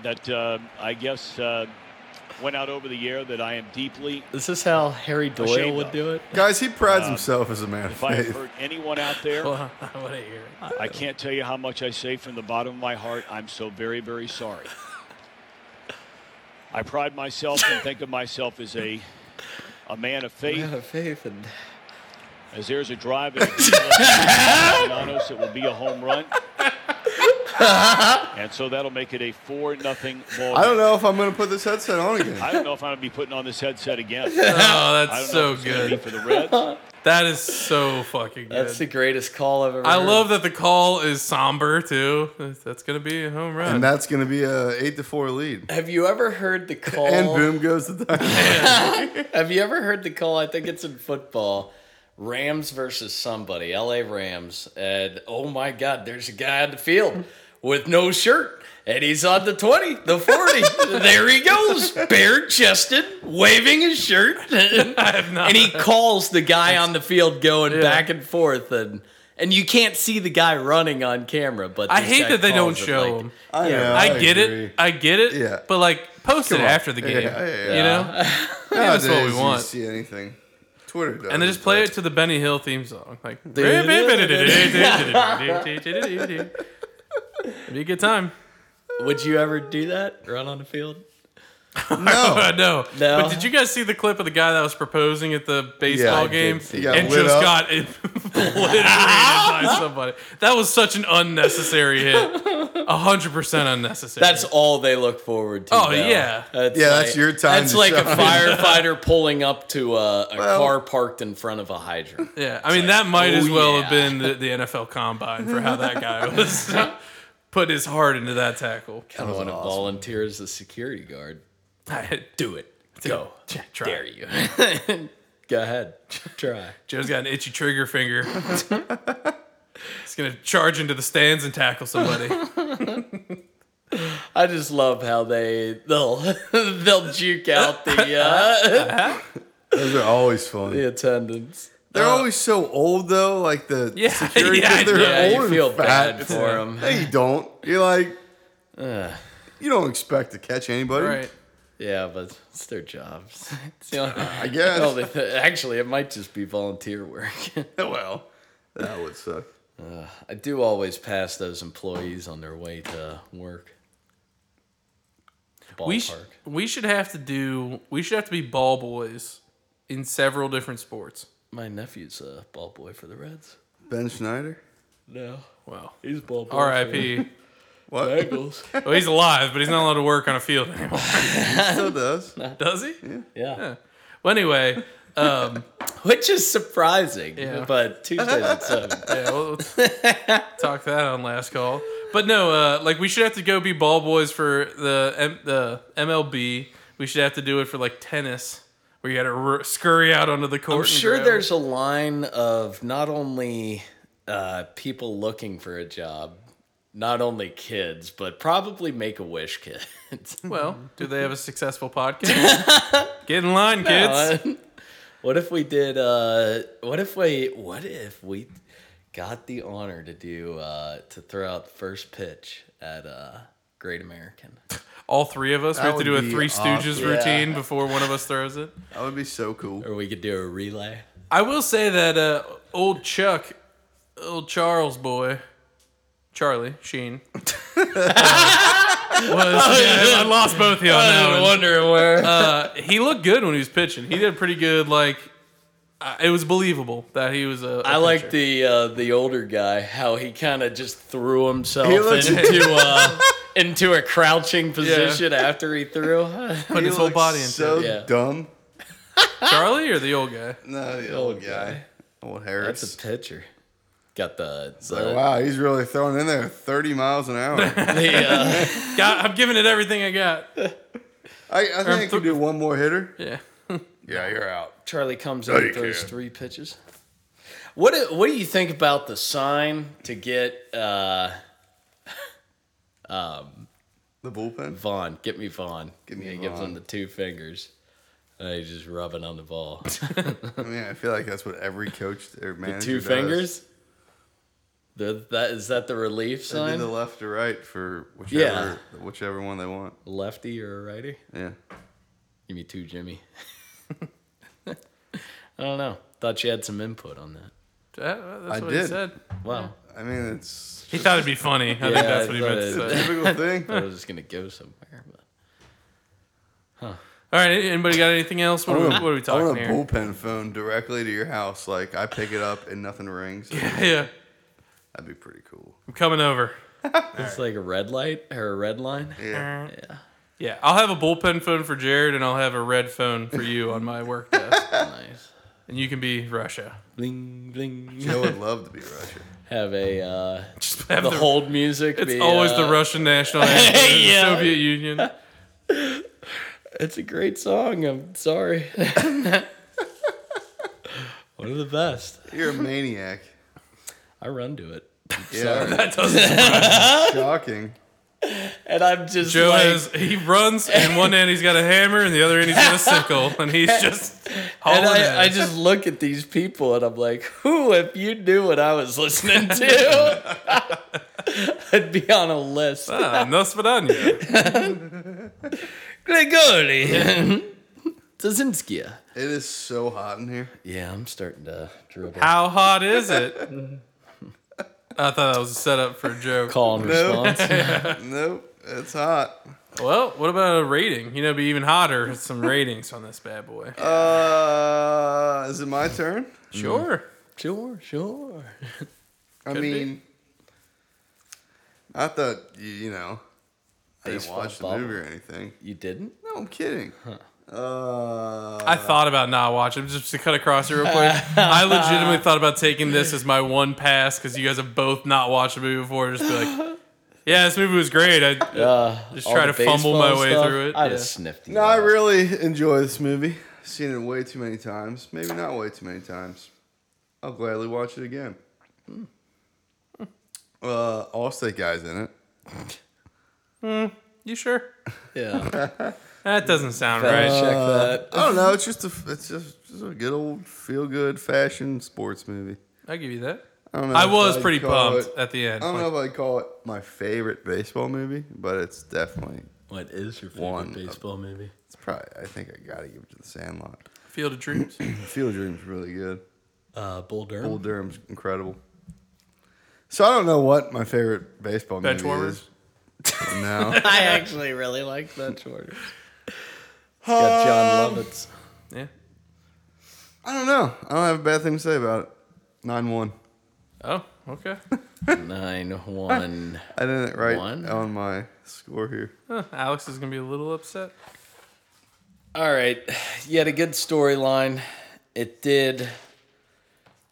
Speaker 4: that uh, I guess uh, went out over the air that I am deeply.
Speaker 2: Is this how Harry Doyle
Speaker 4: Ashamed
Speaker 2: would
Speaker 4: of.
Speaker 2: do it?
Speaker 3: Guys, he prides
Speaker 1: Uh,
Speaker 3: himself as a man of
Speaker 4: If I have
Speaker 3: faith.
Speaker 4: hurt anyone out there,
Speaker 1: Well, what a year.
Speaker 4: I can't tell you how much I say from the bottom of my heart. I'm so very, very sorry. I pride myself and think of myself as a a man of faith.
Speaker 2: faith and
Speaker 4: As there's a drive at Giannis, it will be a home run. And so that'll make it a four nothing ball.
Speaker 3: I don't
Speaker 4: game.
Speaker 3: know if I'm gonna put this headset on again.
Speaker 4: I don't know if I'm gonna be putting on this headset again.
Speaker 1: Oh,
Speaker 4: I don't
Speaker 1: that's so
Speaker 4: know if it's gonna be
Speaker 1: good.
Speaker 4: for the Reds.
Speaker 1: That is so fucking good.
Speaker 2: that's the greatest call I've ever.
Speaker 1: I
Speaker 2: heard.
Speaker 1: love that the call is somber too. That's- That's gonna be a home run.
Speaker 3: And that's gonna be a eight to four lead.
Speaker 2: Have you ever heard the call?
Speaker 1: Oh.
Speaker 3: And boom goes the time.
Speaker 2: Have you ever heard the call? I think it's in football. Rams versus somebody, LA Rams. And oh my God, there's a guy on the field with no shirt. And he's on the 20, the 40. there he goes, bare chested, waving his shirt. And he calls the guy on the field going back and forth. And and you can't see the guy running on camera. But
Speaker 1: I
Speaker 2: this
Speaker 1: hate
Speaker 2: guy
Speaker 1: that they don't
Speaker 2: calls it
Speaker 1: show
Speaker 2: like-
Speaker 1: him.
Speaker 3: I, know,
Speaker 1: I, get it.
Speaker 3: agree.
Speaker 1: I get it.
Speaker 3: Yeah.
Speaker 1: But like, post it
Speaker 3: on.
Speaker 1: after the game.
Speaker 3: Yeah, yeah, yeah.
Speaker 1: You know, Yeah, that's what
Speaker 3: Nowadays,
Speaker 1: we
Speaker 3: you
Speaker 1: want.
Speaker 3: See anything? Twitter does.
Speaker 1: And they just play it to the Benny Hill theme song. Like, be a good time.
Speaker 2: Would you ever do that? Run on the field?
Speaker 3: No,
Speaker 1: I know.
Speaker 2: No.
Speaker 1: But did you guys see the clip of the guy that was proposing at the baseball
Speaker 3: I did
Speaker 1: game
Speaker 3: see that.
Speaker 1: and
Speaker 3: He got lit
Speaker 1: just
Speaker 3: up.
Speaker 1: got obliterated by somebody? That was such an unnecessary hit. A hundred percent unnecessary.
Speaker 2: That's all they look forward to.
Speaker 1: Oh,
Speaker 2: though.
Speaker 1: yeah.
Speaker 2: That's
Speaker 3: Yeah, that's your time
Speaker 2: That's
Speaker 3: to
Speaker 2: like a
Speaker 3: shine.
Speaker 2: firefighter pulling up to a, a
Speaker 3: Well-
Speaker 2: car parked in front of a hydrant.
Speaker 1: yeah. I mean, that might as
Speaker 2: oh,
Speaker 1: well
Speaker 2: yeah.
Speaker 1: have been the, the NFL Combine for how that guy was put his heart into that tackle.
Speaker 2: I don't want to volunteer as a security guard. Do it. Go.
Speaker 1: Try.
Speaker 2: Dare you? Go ahead. Try.
Speaker 1: Joe's got an itchy trigger finger. He's gonna charge into the stands and tackle somebody.
Speaker 2: I just love how they they'll they'll juke out the uh,
Speaker 3: those are always fun.
Speaker 2: the attendants.
Speaker 3: They're always so old though. Like the
Speaker 1: Uh, Yeah,
Speaker 3: security,
Speaker 1: yeah, I
Speaker 3: they're
Speaker 1: know.
Speaker 2: Yeah,
Speaker 3: old
Speaker 2: you
Speaker 3: and
Speaker 2: feel
Speaker 3: fat.
Speaker 2: bad for them.
Speaker 3: No, you don't. You're like, you don't expect to catch anybody.
Speaker 1: right.
Speaker 2: Yeah, but it's their jobs. It's the only-
Speaker 3: I guess.
Speaker 2: Oh, they- actually, it might just be volunteer work.
Speaker 3: well, that would suck.
Speaker 2: I do always pass those employees on their way to work. Ballpark.
Speaker 1: We sh- we should have to do we should have to be ball boys in several different sports.
Speaker 2: My nephew's a ball boy for the Reds.
Speaker 3: Ben Schneider.
Speaker 2: No,
Speaker 1: Wow.
Speaker 2: he's ball boy.
Speaker 1: R.I.P.
Speaker 3: What?
Speaker 2: Bengals.
Speaker 1: well, he's alive, but he's not allowed to work on a field anymore.
Speaker 3: Still does.
Speaker 1: Does he?
Speaker 2: yeah,
Speaker 1: Well, anyway, um,
Speaker 2: which is surprising.
Speaker 1: Yeah.
Speaker 2: But Tuesdays at seven.
Speaker 1: yeah, we'll let's talk that on last call. But no, uh, like we should have to go be ball boys for the M- the MLB. We should have to do it for like tennis, where you got to r- scurry out onto the court.
Speaker 2: I'm
Speaker 1: and
Speaker 2: sure
Speaker 1: grab-
Speaker 2: there's a line of not only uh, people looking for a job, not only kids, but probably make a wish kids.
Speaker 1: Well, do they have a successful podcast? Get in line, kids.
Speaker 2: Uh, what if we did? Uh, what if we? What if we got the honor to do uh, to throw out the first pitch at uh, Great American?
Speaker 1: All three of us. We
Speaker 3: That
Speaker 1: have to do
Speaker 3: would
Speaker 1: a
Speaker 3: be
Speaker 1: Three Stooges
Speaker 3: awesome.
Speaker 1: routine before one of us throws it.
Speaker 3: That would be so cool.
Speaker 2: Or we could do a relay.
Speaker 1: I will say that uh, old Chuck, old Charles boy, Charlie Sheen, uh, was. I lost both of you on that one.
Speaker 2: wondering where.
Speaker 1: Uh, he looked good when he was pitching. He did pretty good. Like uh, it was believable that he was a. a
Speaker 2: I like
Speaker 1: pitcher.
Speaker 2: the uh, the older guy how he kind of just threw himself
Speaker 3: He looks-
Speaker 2: into uh, into a crouching position after he threw.
Speaker 1: put his whole
Speaker 3: looks
Speaker 1: body into
Speaker 3: so
Speaker 1: it.
Speaker 2: Yeah.
Speaker 3: dumb.
Speaker 1: Charlie or the old guy.
Speaker 3: No, the old guy, old Harris.
Speaker 2: That's a uh, pitcher. Got the the,
Speaker 3: Like, wow, he's really throwing in there 30 miles an hour.
Speaker 2: the, uh,
Speaker 1: God, I'm giving it everything I got.
Speaker 3: I, I think I could do one more hitter.
Speaker 1: Yeah.
Speaker 3: Yeah, you're out.
Speaker 2: Charlie comes
Speaker 3: No,
Speaker 2: in
Speaker 3: you
Speaker 2: and throws
Speaker 3: can't.
Speaker 2: three pitches. What do, what do you think about the sign to get uh,
Speaker 3: The bullpen.
Speaker 2: Vaughn? Get me Vaughn.
Speaker 3: Get me
Speaker 2: he gives
Speaker 3: Vaughn.
Speaker 2: him the two fingers. And he's just rubbing on the ball.
Speaker 3: I mean, I feel like that's what every coach or manager
Speaker 2: two
Speaker 3: does.
Speaker 2: fingers. The, that is that the relief
Speaker 3: They do
Speaker 2: sign?
Speaker 3: the left or right for whichever whichever one they want.
Speaker 2: Lefty or a righty?
Speaker 3: Yeah.
Speaker 2: Give me two, Jimmy. I don't know. Thought you had some input on that.
Speaker 1: That- that's
Speaker 3: I
Speaker 1: what he
Speaker 3: did.
Speaker 1: said.
Speaker 2: Wow,
Speaker 3: I mean, it's
Speaker 1: He thought it'd be funny. I think
Speaker 2: Yeah,
Speaker 1: that's what he
Speaker 2: I
Speaker 1: meant
Speaker 2: thought
Speaker 1: to
Speaker 2: it-
Speaker 1: say.
Speaker 3: typical thing.
Speaker 2: I was just gonna go somewhere, but
Speaker 1: All right, anybody got anything else? What,
Speaker 3: I
Speaker 1: are, we,
Speaker 3: want a-
Speaker 1: what are we
Speaker 3: I
Speaker 1: talking
Speaker 3: want a
Speaker 1: here?
Speaker 3: bullpen phone directly to your house. Like I pick it up and nothing rings.
Speaker 1: Yeah,
Speaker 3: That'd be pretty cool.
Speaker 1: I'm coming over.
Speaker 2: it's like a red light or a red line.
Speaker 3: Yeah.
Speaker 1: Yeah, I'll have a bullpen phone for Jared, and I'll have a red phone for you on my work desk,
Speaker 2: nice.
Speaker 1: and you can be Russia.
Speaker 2: Bling bling.
Speaker 3: I would love to be Russia.
Speaker 2: Have a uh,
Speaker 1: Just have
Speaker 2: the
Speaker 1: the-
Speaker 2: hold music.
Speaker 1: It's
Speaker 2: be,
Speaker 1: always the
Speaker 2: uh,
Speaker 1: Russian national anthem, of the
Speaker 2: Yeah.
Speaker 1: Soviet Union.
Speaker 2: It's a great song. I'm sorry. One of the best.
Speaker 3: You're a maniac.
Speaker 2: I run to it,
Speaker 3: Yeah.
Speaker 1: That doesn't.
Speaker 3: Shocking.
Speaker 2: and I'm just
Speaker 1: Joe
Speaker 2: like,
Speaker 1: has he runs, and one hand he's got a hammer, and the other hand he's got a sickle, and he's just hauling
Speaker 2: and I, I
Speaker 1: ass.
Speaker 2: just look at these people and I'm like, who, if you knew what I was listening to, I'd be on a list.
Speaker 1: Ah, Nostradamus.
Speaker 2: Grigori. Zazinskia.
Speaker 3: It is so hot in here.
Speaker 2: Yeah, I'm starting to dribble.
Speaker 1: How hot is it? I thought that was a setup for a joke.
Speaker 2: Call and
Speaker 3: No.
Speaker 2: response.
Speaker 3: Nope, it's hot.
Speaker 1: Well, what about a rating? You know, it'd be even hotter. Some ratings on this bad boy.
Speaker 2: Mm.
Speaker 3: Uh, is it my turn?
Speaker 1: Sure.
Speaker 2: sure, sure.
Speaker 3: I
Speaker 1: Could be.
Speaker 3: mean, not that you, you know, I didn't
Speaker 2: Baseball
Speaker 3: watch the
Speaker 2: bubble.
Speaker 3: movie or anything.
Speaker 2: You didn't?
Speaker 3: No, I'm kidding. Uh,
Speaker 1: I thought about not watching just to cut across here real quick. I legitimately thought about taking this as my one pass because you guys have both not watched the movie before. Just be like, yeah, this movie was great. I
Speaker 2: Uh,
Speaker 1: Just
Speaker 2: all
Speaker 1: try
Speaker 2: the
Speaker 1: to fumble my
Speaker 2: baseball
Speaker 1: way
Speaker 2: stuff,
Speaker 1: through it,
Speaker 2: I
Speaker 1: yeah.
Speaker 2: just sniffed you
Speaker 3: no, I
Speaker 2: out.
Speaker 3: really enjoy this movie. Seen it way too many times. Maybe not way too many times. I'll gladly watch it again. Hmm. Uh, Allstate guys in it.
Speaker 1: you sure?
Speaker 2: Yeah. Uh,
Speaker 1: That doesn't sound
Speaker 2: Right.
Speaker 1: right.
Speaker 2: Check that.
Speaker 3: I don't know. It's just a, it's just, just a good old feel good fashion sports movie.
Speaker 1: I'll give you that.
Speaker 3: I don't know.
Speaker 1: I
Speaker 3: if
Speaker 1: was
Speaker 3: I'd
Speaker 1: pretty
Speaker 3: call
Speaker 1: pumped
Speaker 3: it-
Speaker 1: at the end.
Speaker 3: Oh, I
Speaker 1: Like,
Speaker 3: don't know if I'd call it my favorite baseball movie, but it's definitely
Speaker 2: What is your favorite
Speaker 3: One.
Speaker 2: baseball movie?
Speaker 3: it's probably I think I gotta give it to the Sandlot.
Speaker 1: Field of Dreams.
Speaker 3: Field of Dreams is really good.
Speaker 2: Uh, Bull Durham.
Speaker 3: Bull Durham's incredible. So I don't know what my favorite baseball
Speaker 1: Bench
Speaker 3: movie
Speaker 1: warmers?
Speaker 3: is. No.
Speaker 2: I actually really like that short. Got John Lovitz.
Speaker 1: Yeah.
Speaker 3: I don't know. I don't have a bad thing to say about it. Nine one.
Speaker 1: Oh, okay.
Speaker 2: Nine one.
Speaker 3: I didn't write
Speaker 2: One?
Speaker 3: on my score here.
Speaker 1: Huh, Alex is gonna be a little upset.
Speaker 2: All right, you had a good storyline. It did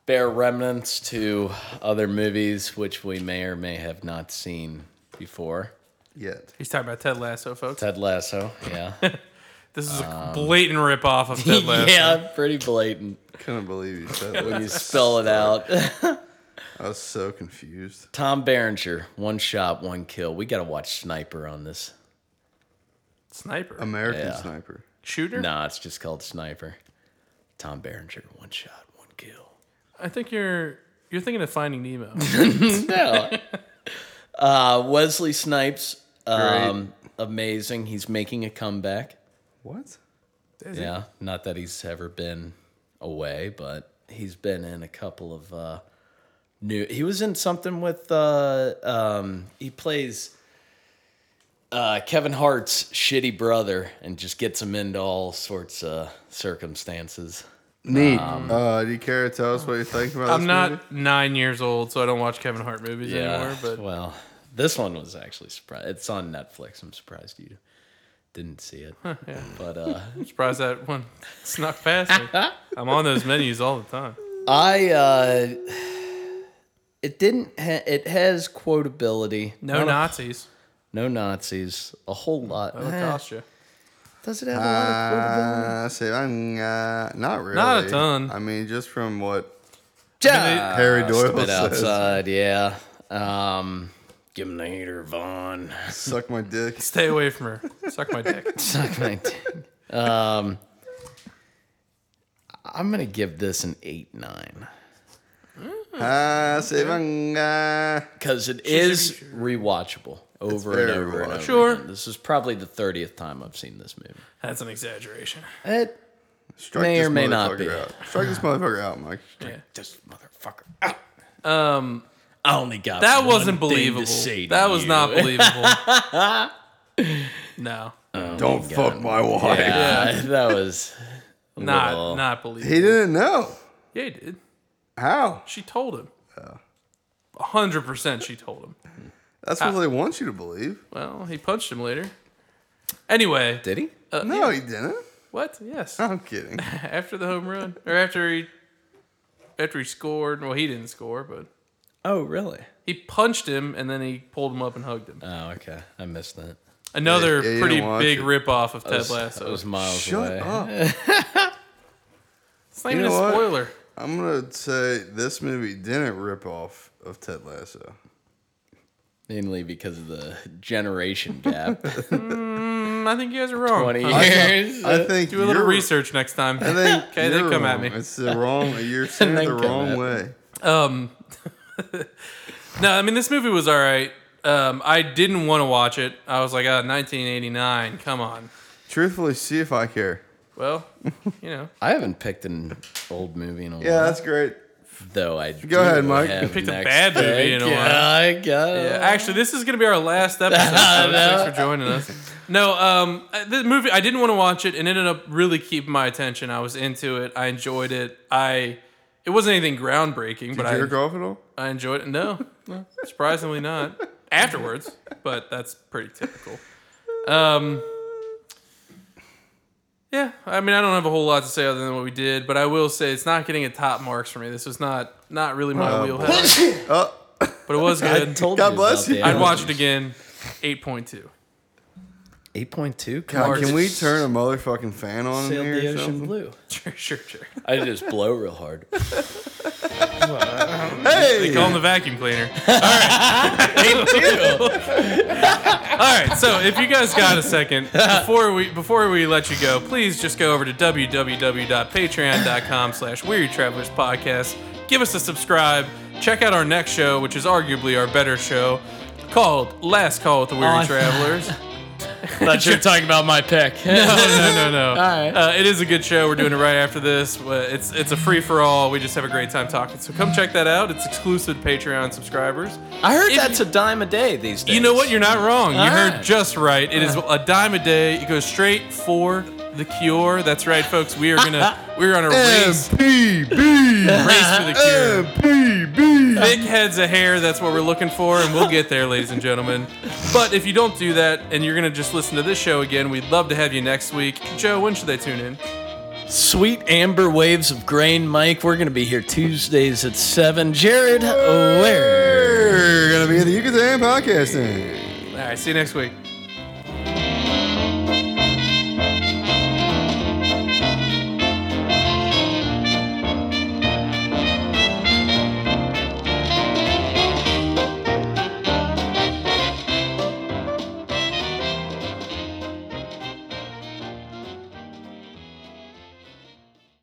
Speaker 2: bear remnants to other movies, which we may or may have not seen before.
Speaker 3: Yet.
Speaker 1: He's talking about Ted Lasso, folks.
Speaker 2: Ted Lasso, yeah,
Speaker 1: This is
Speaker 3: Um,
Speaker 1: a blatant ripoff of Ted Lasso.
Speaker 2: yeah, pretty blatant
Speaker 3: Couldn't believe you said that.
Speaker 2: when you spell it out.
Speaker 3: I was so confused.
Speaker 2: Tom Berenger, one shot, one kill. We got to watch Sniper on this.
Speaker 1: Sniper.
Speaker 3: American
Speaker 2: Yeah.
Speaker 3: Sniper.
Speaker 1: Shooter?
Speaker 2: Nah, it's just called Sniper. Tom Berenger, one shot, one kill.
Speaker 1: I think you're you're thinking of Finding Nemo.
Speaker 2: No. uh, Wesley Snipes, um, amazing. He's making a comeback.
Speaker 3: What?
Speaker 1: Is it?
Speaker 2: Yeah, not that he's ever been away, but he's been in a couple of uh, new. He was in something with. Uh, um, he plays uh, Kevin Hart's shitty brother and just gets him into all sorts of circumstances.
Speaker 3: Neat. uh, do you care to tell us what you think about
Speaker 1: I'm
Speaker 3: this
Speaker 1: not
Speaker 3: movie?
Speaker 1: nine years old, so I don't watch Kevin Hart movies anymore. But
Speaker 2: well, this one was actually surprised. It's on Netflix. I'm surprised you didn't see it.
Speaker 1: yeah.
Speaker 2: But uh,
Speaker 1: I'm surprised that one snuck past me. I'm on those menus all the time.
Speaker 2: I uh it didn't ha- it has quotability.
Speaker 1: No
Speaker 2: Not a-
Speaker 1: Nazis.
Speaker 2: no Nazis. A whole lot.
Speaker 1: That'll
Speaker 2: Eh,
Speaker 1: cost you.
Speaker 2: Does it have a lot of quotability?
Speaker 3: Uh, say, I'm, uh, not really.
Speaker 1: Not a ton.
Speaker 3: I mean, just from what
Speaker 2: uh, Just
Speaker 3: Harry
Speaker 2: a
Speaker 3: Doyle
Speaker 2: bit
Speaker 3: says.
Speaker 2: outside, yeah. Um give him the heater, Vaughn.
Speaker 3: Suck my dick.
Speaker 1: Stay away from her. Suck my dick.
Speaker 2: Suck my dick. Um I'm gonna give this an eight nine.
Speaker 3: Ah, say, I'm, uh,
Speaker 2: Because it is rewatchable over and
Speaker 3: very
Speaker 2: over and over.
Speaker 1: Sure.
Speaker 2: again. This is probably the 30th time I've seen this movie.
Speaker 1: That's an exaggeration.
Speaker 2: It
Speaker 3: strike
Speaker 2: May
Speaker 3: this
Speaker 2: or may not
Speaker 3: motherfucker
Speaker 2: be.
Speaker 3: Out. Strike this motherfucker out, Mike.
Speaker 2: This motherfucker. Ah,
Speaker 1: Um,
Speaker 2: I only got
Speaker 1: that
Speaker 2: one
Speaker 1: wasn't
Speaker 2: thing to
Speaker 1: believable.
Speaker 2: say to
Speaker 1: That was
Speaker 2: you.
Speaker 1: not believable. no,
Speaker 3: Don't fuck my wife.
Speaker 2: Yeah, that was a
Speaker 1: not
Speaker 2: little-
Speaker 1: not believable.
Speaker 3: He didn't know.
Speaker 1: Yeah, he did.
Speaker 3: How?
Speaker 1: She told him.
Speaker 2: Oh.
Speaker 1: A hundred percent, she told him.
Speaker 3: That's
Speaker 1: Uh,
Speaker 3: what they want you to believe.
Speaker 1: Well, he punched him later. Anyway,
Speaker 2: Did he?
Speaker 3: No, he didn't.
Speaker 1: what?
Speaker 2: Ah.
Speaker 1: Yes,
Speaker 3: I'm kidding.
Speaker 1: after the home run, or after he, after he scored. Well, he didn't score, but
Speaker 2: Oh, really?
Speaker 1: he punched him, and then he pulled him up and hugged him.
Speaker 2: Oh, okay. I missed that.
Speaker 1: Another
Speaker 3: Yeah, yeah, you
Speaker 1: pretty
Speaker 3: didn't watch
Speaker 1: big
Speaker 3: it.
Speaker 1: rip off of Ted
Speaker 2: That was, that
Speaker 1: Lasso.
Speaker 2: was miles
Speaker 3: Shut
Speaker 2: away.
Speaker 3: up.
Speaker 1: It's not even a
Speaker 3: know what?
Speaker 1: spoiler.
Speaker 3: I'm gonna say this movie didn't rip off of Ted Lasso.
Speaker 2: Mainly because of the generation gap.
Speaker 1: Mm, I think you guys are wrong.
Speaker 2: 20
Speaker 1: Uh,
Speaker 2: years.
Speaker 3: I think
Speaker 1: Do a little
Speaker 3: you're-
Speaker 1: research next time.
Speaker 3: I think
Speaker 1: Okay, they
Speaker 3: you're
Speaker 1: come at
Speaker 3: wrong.
Speaker 1: me.
Speaker 3: It's the wrong. You're saying
Speaker 2: They
Speaker 3: it the
Speaker 2: come at me.
Speaker 3: wrong way.
Speaker 1: Um, no, I mean this movie was all right. Um, I didn't want to watch it. I was like, ah, 1989. Come on.
Speaker 3: Truthfully, see if I care.
Speaker 1: Well, you know,
Speaker 2: I haven't picked an old movie in a while.
Speaker 3: Yeah, that's great.
Speaker 2: Though I
Speaker 3: Go ahead, Mike.
Speaker 2: You
Speaker 1: picked a bad movie in a while.
Speaker 2: I got it.
Speaker 1: Yeah, actually, this is gonna be our last episode. So Thanks for joining us. No, um, uh, the movie I didn't want to watch it, and it ended up really keeping my attention. I was into it. I enjoyed it. I it wasn't anything groundbreaking, but
Speaker 3: Did
Speaker 1: I
Speaker 3: you jerk off at all?
Speaker 1: I enjoyed it. No, no, surprisingly not. Afterwards, but that's pretty typical. Um, yeah, I mean, I don't have a whole lot to say other than what we did, but I will say it's not getting a top marks for me. This was not not really my wheelhouse,
Speaker 3: Oh,
Speaker 1: but it was
Speaker 2: I
Speaker 1: good.
Speaker 2: told
Speaker 3: God
Speaker 2: you
Speaker 3: bless
Speaker 2: about
Speaker 3: you.
Speaker 2: the
Speaker 1: I'd watch it
Speaker 2: allergies.
Speaker 1: again. Eight point two.
Speaker 2: 8.2? Come
Speaker 3: God,
Speaker 2: on,
Speaker 3: can we
Speaker 2: just
Speaker 3: turn a motherfucking fan on in
Speaker 2: sail the
Speaker 3: here? Or
Speaker 2: ocean
Speaker 3: something?
Speaker 2: blue?
Speaker 1: Sure, sure, sure.
Speaker 2: I just blow real hard.
Speaker 1: They
Speaker 3: Hey,
Speaker 1: call him the vacuum cleaner. All right. All right. So if you guys got a second before we before we let you go, please just go over to www.patreon.com/slash Weary Travelers Podcast. Give us a subscribe. Check out our next show, which is arguably our better show, called "Last Call with the Weary
Speaker 2: Oh, I-
Speaker 1: Travelers."
Speaker 2: Thought you were talking about my pick.
Speaker 1: no, no, no. no.
Speaker 2: All right.
Speaker 1: uh, it is a good show. We're doing it right after this. Uh, It's it's a free for all. We just have a great time talking. So come check that out. It's exclusive to Patreon subscribers.
Speaker 2: I heard
Speaker 1: If
Speaker 2: that's a dime a day these days.
Speaker 1: You know what? You're not wrong. You
Speaker 2: All
Speaker 1: heard
Speaker 2: right.
Speaker 1: just right. It is a dime a day. It goes straight for the cure. That's right, folks. We are gonna we're on a race
Speaker 3: MPB,
Speaker 1: race for the cure.
Speaker 3: MPB.
Speaker 1: Uh-huh. Big heads of hair, that's what we're looking for, and we'll get there, ladies and gentlemen. But if you don't do that and you're going to just listen to this show again, we'd love to have you next week. Joe, when should they tune in?
Speaker 2: Sweet amber waves of grain, Mike. We're going to be here Tuesdays at 7. Jared, where?
Speaker 3: We're gonna be at the You Can Say It Podcasting.
Speaker 1: All right, see you next week.